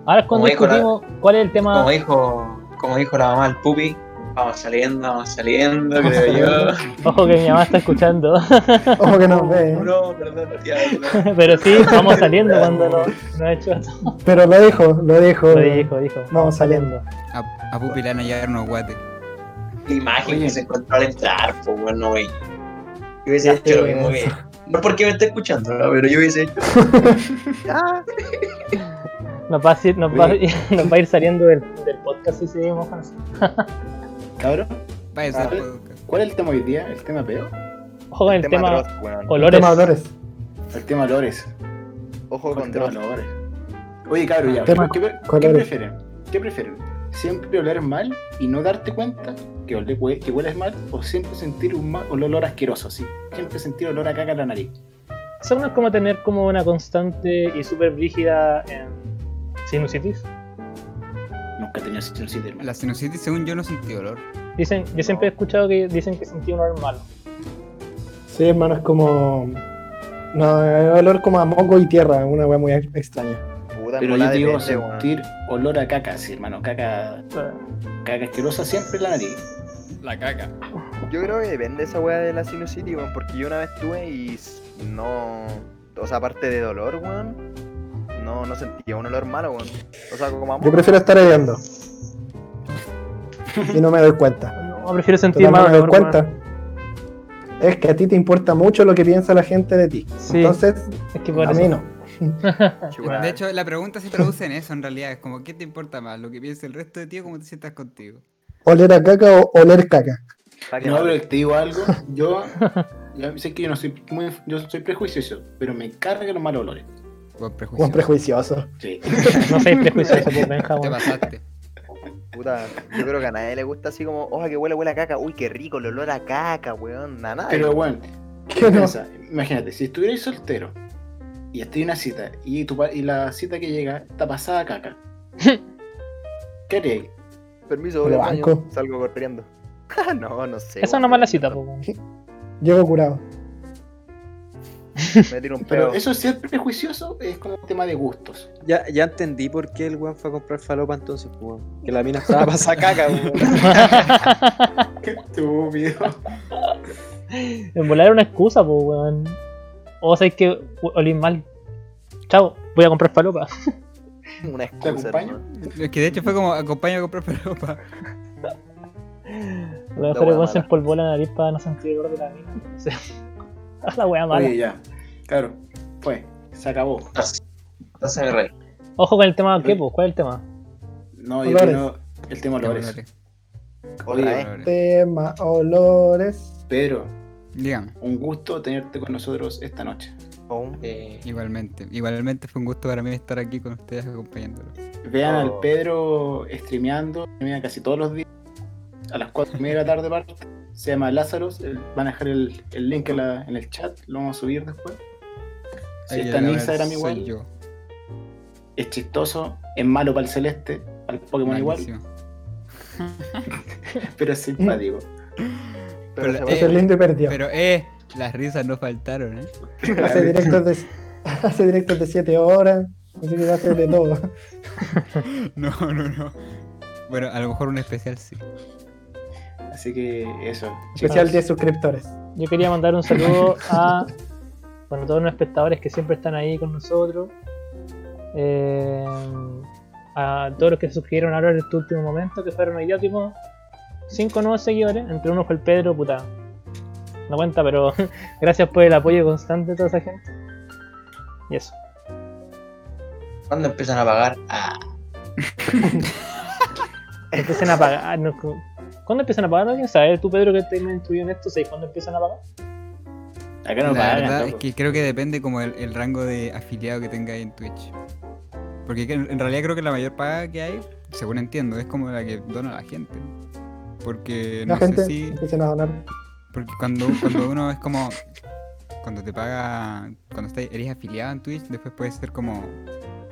Ahora es cuando Como dijo la- discutimos cuál es el tema. Como dijo, como dijo la mamá del pupi, vamos saliendo, vamos saliendo, creo yo. Ojo que mi mamá está escuchando. Ojo que nos ve. ¿eh? No, perdón, tía, perdón. Pero sí, vamos saliendo cuando no, no he hecho esto. Pero lo dijo, lo dijo. Lo dijo, dijo. Vamos saliendo. A, a Pupilana ya unos guates. La imagen Oye. que se encontró al entrar, pues bueno, güey. Yo hubiese Ya hecho lo sé, mismo que eso. ella. No es porque me esté escuchando, ¿no? pero yo hubiese hecho. Ah, Este Nos va a, ir- nos va a ir- nos va a ir saliendo del, del podcast si seguimos con eso. Cabrón, Vaya a ser Vale. podcast. ¿cuál es el tema hoy día? ¿El tema peor? Ojo con el tema atroz, weón. olores. Tema olores. El tema Lores. Ojo Con con tema Dross. Lores. Oye, cabrón, ya. Tema ¿Qué, pre- qué colores. prefieren? ¿Qué prefieren? ¿Siempre oler mal y no darte cuenta que, ole- hue- que hueles mal? ¿O siempre sentir un ma- un olor asqueroso, así? Siempre sentir olor a caca en la nariz. Eso no es como tener como una constante y súper rígida sinusitis. Nunca he tenido sensación de hermano. La sinusitis, según yo, no sentí dolor. Dicen, yo siempre he escuchado que dicen que sentí un olor malo. Sí, hermano, es como. No, es olor como a moco y tierra, una weá muy extraña. Puta, Pero mola yo de digo peste, weón. sentir olor a caca, sí, hermano. Caca, caca asquerosa siempre en la nariz. La caca. Yo creo que depende esa weá de la sinusitis, weón, porque yo una vez tuve y s- no. O sea, aparte de dolor, weón, no, no sentía un olor malo, weón. O sea, como a Yo prefiero estar hediondo. Y no me doy cuenta. No, prefiero sentir Total, no mal me doy olor. cuenta. weón. Es que a ti te importa mucho lo que piensa la gente de ti. Sí, Entonces, es que por a eso. mí no. chuta. De hecho, la pregunta se traduce en eso, en realidad. Es como, ¿qué te importa más? ¿Lo que piensa el resto de ti o cómo te sientas contigo? Oler a caca o oler caca. Está que No, mal. pero te digo algo. Yo, yo sé que yo no soy muy, yo soy prejuicioso, pero me carga los malos olores. Buen prejuicio. Juan prejuicioso. Sí. No seáis prejuiciosos, pues, Benjamín. Te pasaste. Puta, yo creo que a nadie le gusta así como, oja, que huele, huele a caca. Uy, qué rico el olor a caca, weón. A nadie. Pero bueno, ¿Qué no? piensa, imagínate, si estuvierais soltero y estoy en una cita y, tu, pa- y la cita que llega está pasada a caca, ¿qué haríais? Permiso, Lo voy al baño, banco. Salgo corriendo. no, no sé. Esa es weón. una mala cita, po. weón. Llego curado. Me tiro un Pero pedo. eso si es prejuicioso es como un tema de gustos. Ya, ya entendí por qué el weón fue a comprar falopa entonces, pues, weón. Que la mina estaba pasada caca, weón. Qué estúpido. En volar era una excusa, pues, weón. O sea, es que u- olí mal. Chao, voy a comprar palopa. Una ¿Te excusa. acompaño? hermano. Es que de hecho fue como acompaña a comprar peropa. A lo mejor el wea weón se mala. empolvó la nariz para no sentir el olor de la mina. no sé. Ah, la wea mala. Oye, ya. Claro, fue. Se acabó. Estás en el rey. Ojo con el tema, ¿qué, pues? ¿Cuál es el tema? No, yo Olores. no- el tema olores. Otra Oye, vez. eh, Tema, olores. Pero Dígame, un gusto tenerte con nosotros esta noche. Oh, Eh, igualmente. Igualmente fue un gusto para mí estar aquí con ustedes acompañándolos. Vean Oh. al Pedro streameando, streamea casi todos los días. A las 4 y media de la tarde parte. Se llama Lázaro. el- Van a dejar el, el link en, la- en el chat. Lo vamos a subir después. Si Ahí está en ahora Instagram soy igual, yo, es chistoso. Es malo para el celeste, para el Pokémon igual, malísimo. pero es Mm. simpático. pero se Pero, eh, va. Eso es lindo y perdió. Pero eh, las risas no faltaron, eh. Hace directos de hace directos de 7 horas. Así que va a hacer de todo. No, no, no. Bueno, a lo mejor un especial sí. Así que eso. Especial 10 suscriptores. Yo quería mandar un saludo a bueno, todos los espectadores que siempre están ahí con nosotros. Eh, a todos los que suscribieron ahora en este último momento, que fueron hoy día tipo 5 nuevos seguidores. Entre uno fue el Pedro, puta. No cuenta, pero gracias por el apoyo constante de toda esa gente. Y eso. ¿Cuándo empiezan a pagar? Ah, Empiecen a pagar. ah, no, cu- ¿Cuándo empiezan a pagar? ¿Alguien sabe? ¿Tú, Pedro, que te incluido en esto? ¿Sabes cuándo empiezan a pagar? Acá no la pagan, verdad es loco. que creo que depende como el, el rango de afiliado que tengáis en Twitch. Porque que- en realidad creo que la mayor paga que hay, según entiendo, es como la que dona la gente. Porque La Eh, no gente sé si. empiezan a donar. Porque cuando, cuando uno es como. Cuando te paga. Cuando estás, eres afiliado en Twitch, después puedes ser como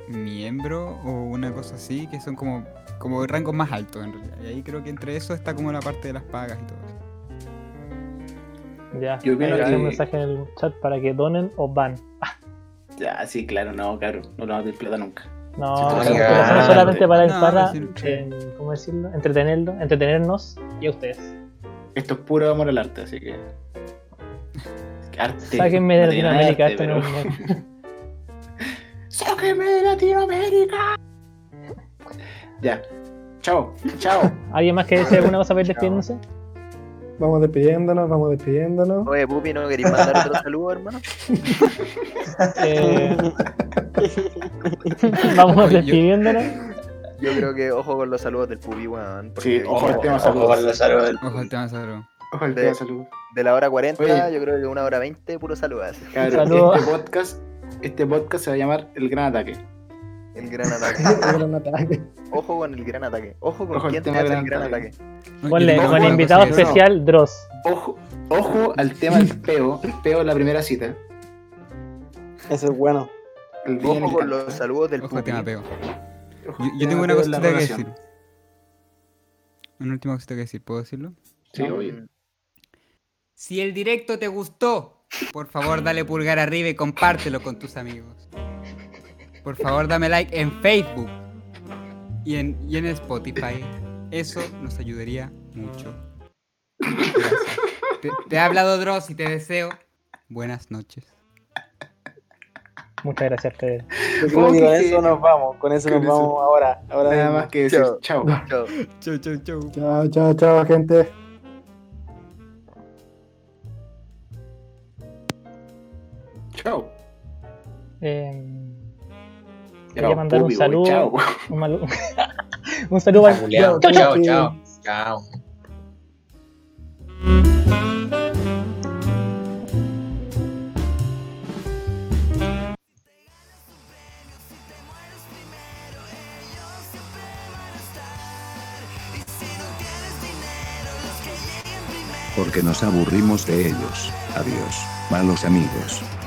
miembro o una cosa así, que son como, como rangos más altos en realidad. Y ahí creo que entre eso está como la parte de las pagas y todo. Ya. Yo opino Hay que- un mensaje en el chat para que donen o van. Ya, sí, claro, no, claro. No lo vamos a tener plata nunca. No, Sí, no, claro. no solamente para, el No, para pero sí. eh, ¿cómo decirlo? Entretenerlo, entretenernos y a ustedes. Esto es puro amor al arte, así que. Arte. Sáquenme de no tiene nada Latinoamérica, arte, esto no pero- es un- ¡Sáquenme de Latinoamérica! Ya. Chao, chao. ¿Alguien más que desee alguna cosa para ir despidiéndose? Vamos despidiéndonos, vamos despidiéndonos. Oye, Pupi, ¿no queréis mandar otro saludo, hermano? Eh, vamos Oye, yo- despidiéndonos. Yo creo que ojo con los saludos del Pupi, weón. porque Sí, ojo al tema Oh, ojo con salud. la salud del- Ojo al tema salud. Ojo al tema salud. De la hora 40, Oye. yo creo que una hora 20, puro saludas. Claro, Saludo. este podcast, este podcast se va a llamar El Gran Ataque. El gran ataque. Era un ataque. Ojo con el gran ataque. Ojo con Ojo al quién te tema hace del el gran gran ataque. Ponle, no, con no, invitado no. especial, Dross. Ojo, ojo al tema del peo. El peo en la primera cita. Eso es bueno. El día en el Ojo que- con los saludos del Ojo al Pupi. tema peo. ojo Yo, al yo tema tengo una peo en cosita la que relación. decir. Una última cosita que decir, ¿puedo decirlo? Sí, Mm, obvio. Si el directo te gustó, por favor dale pulgar arriba y compártelo con tus amigos. Por favor dame like en Facebook y en, y en Spotify. Eso nos ayudaría mucho. Gracias. Te, te ha hablado Dross y te deseo buenas noches. Muchas gracias, Pedro. Yo creo que Ok. con eso nos vamos, con eso Con nos eso. vamos ahora. ahora Nada mismo. más que decir, Chao. chao. Chao. Chau, chau, chau. Chao, chao, chao, gente. Chao. Eh, Chao, quería mandar un Pupi, voy, saludo. Chao. Un, malu- un saludo al Culeado. Chao, Chao, chao. chao. Chao. porque nos aburrimos de ellos. Adiós, malos amigos.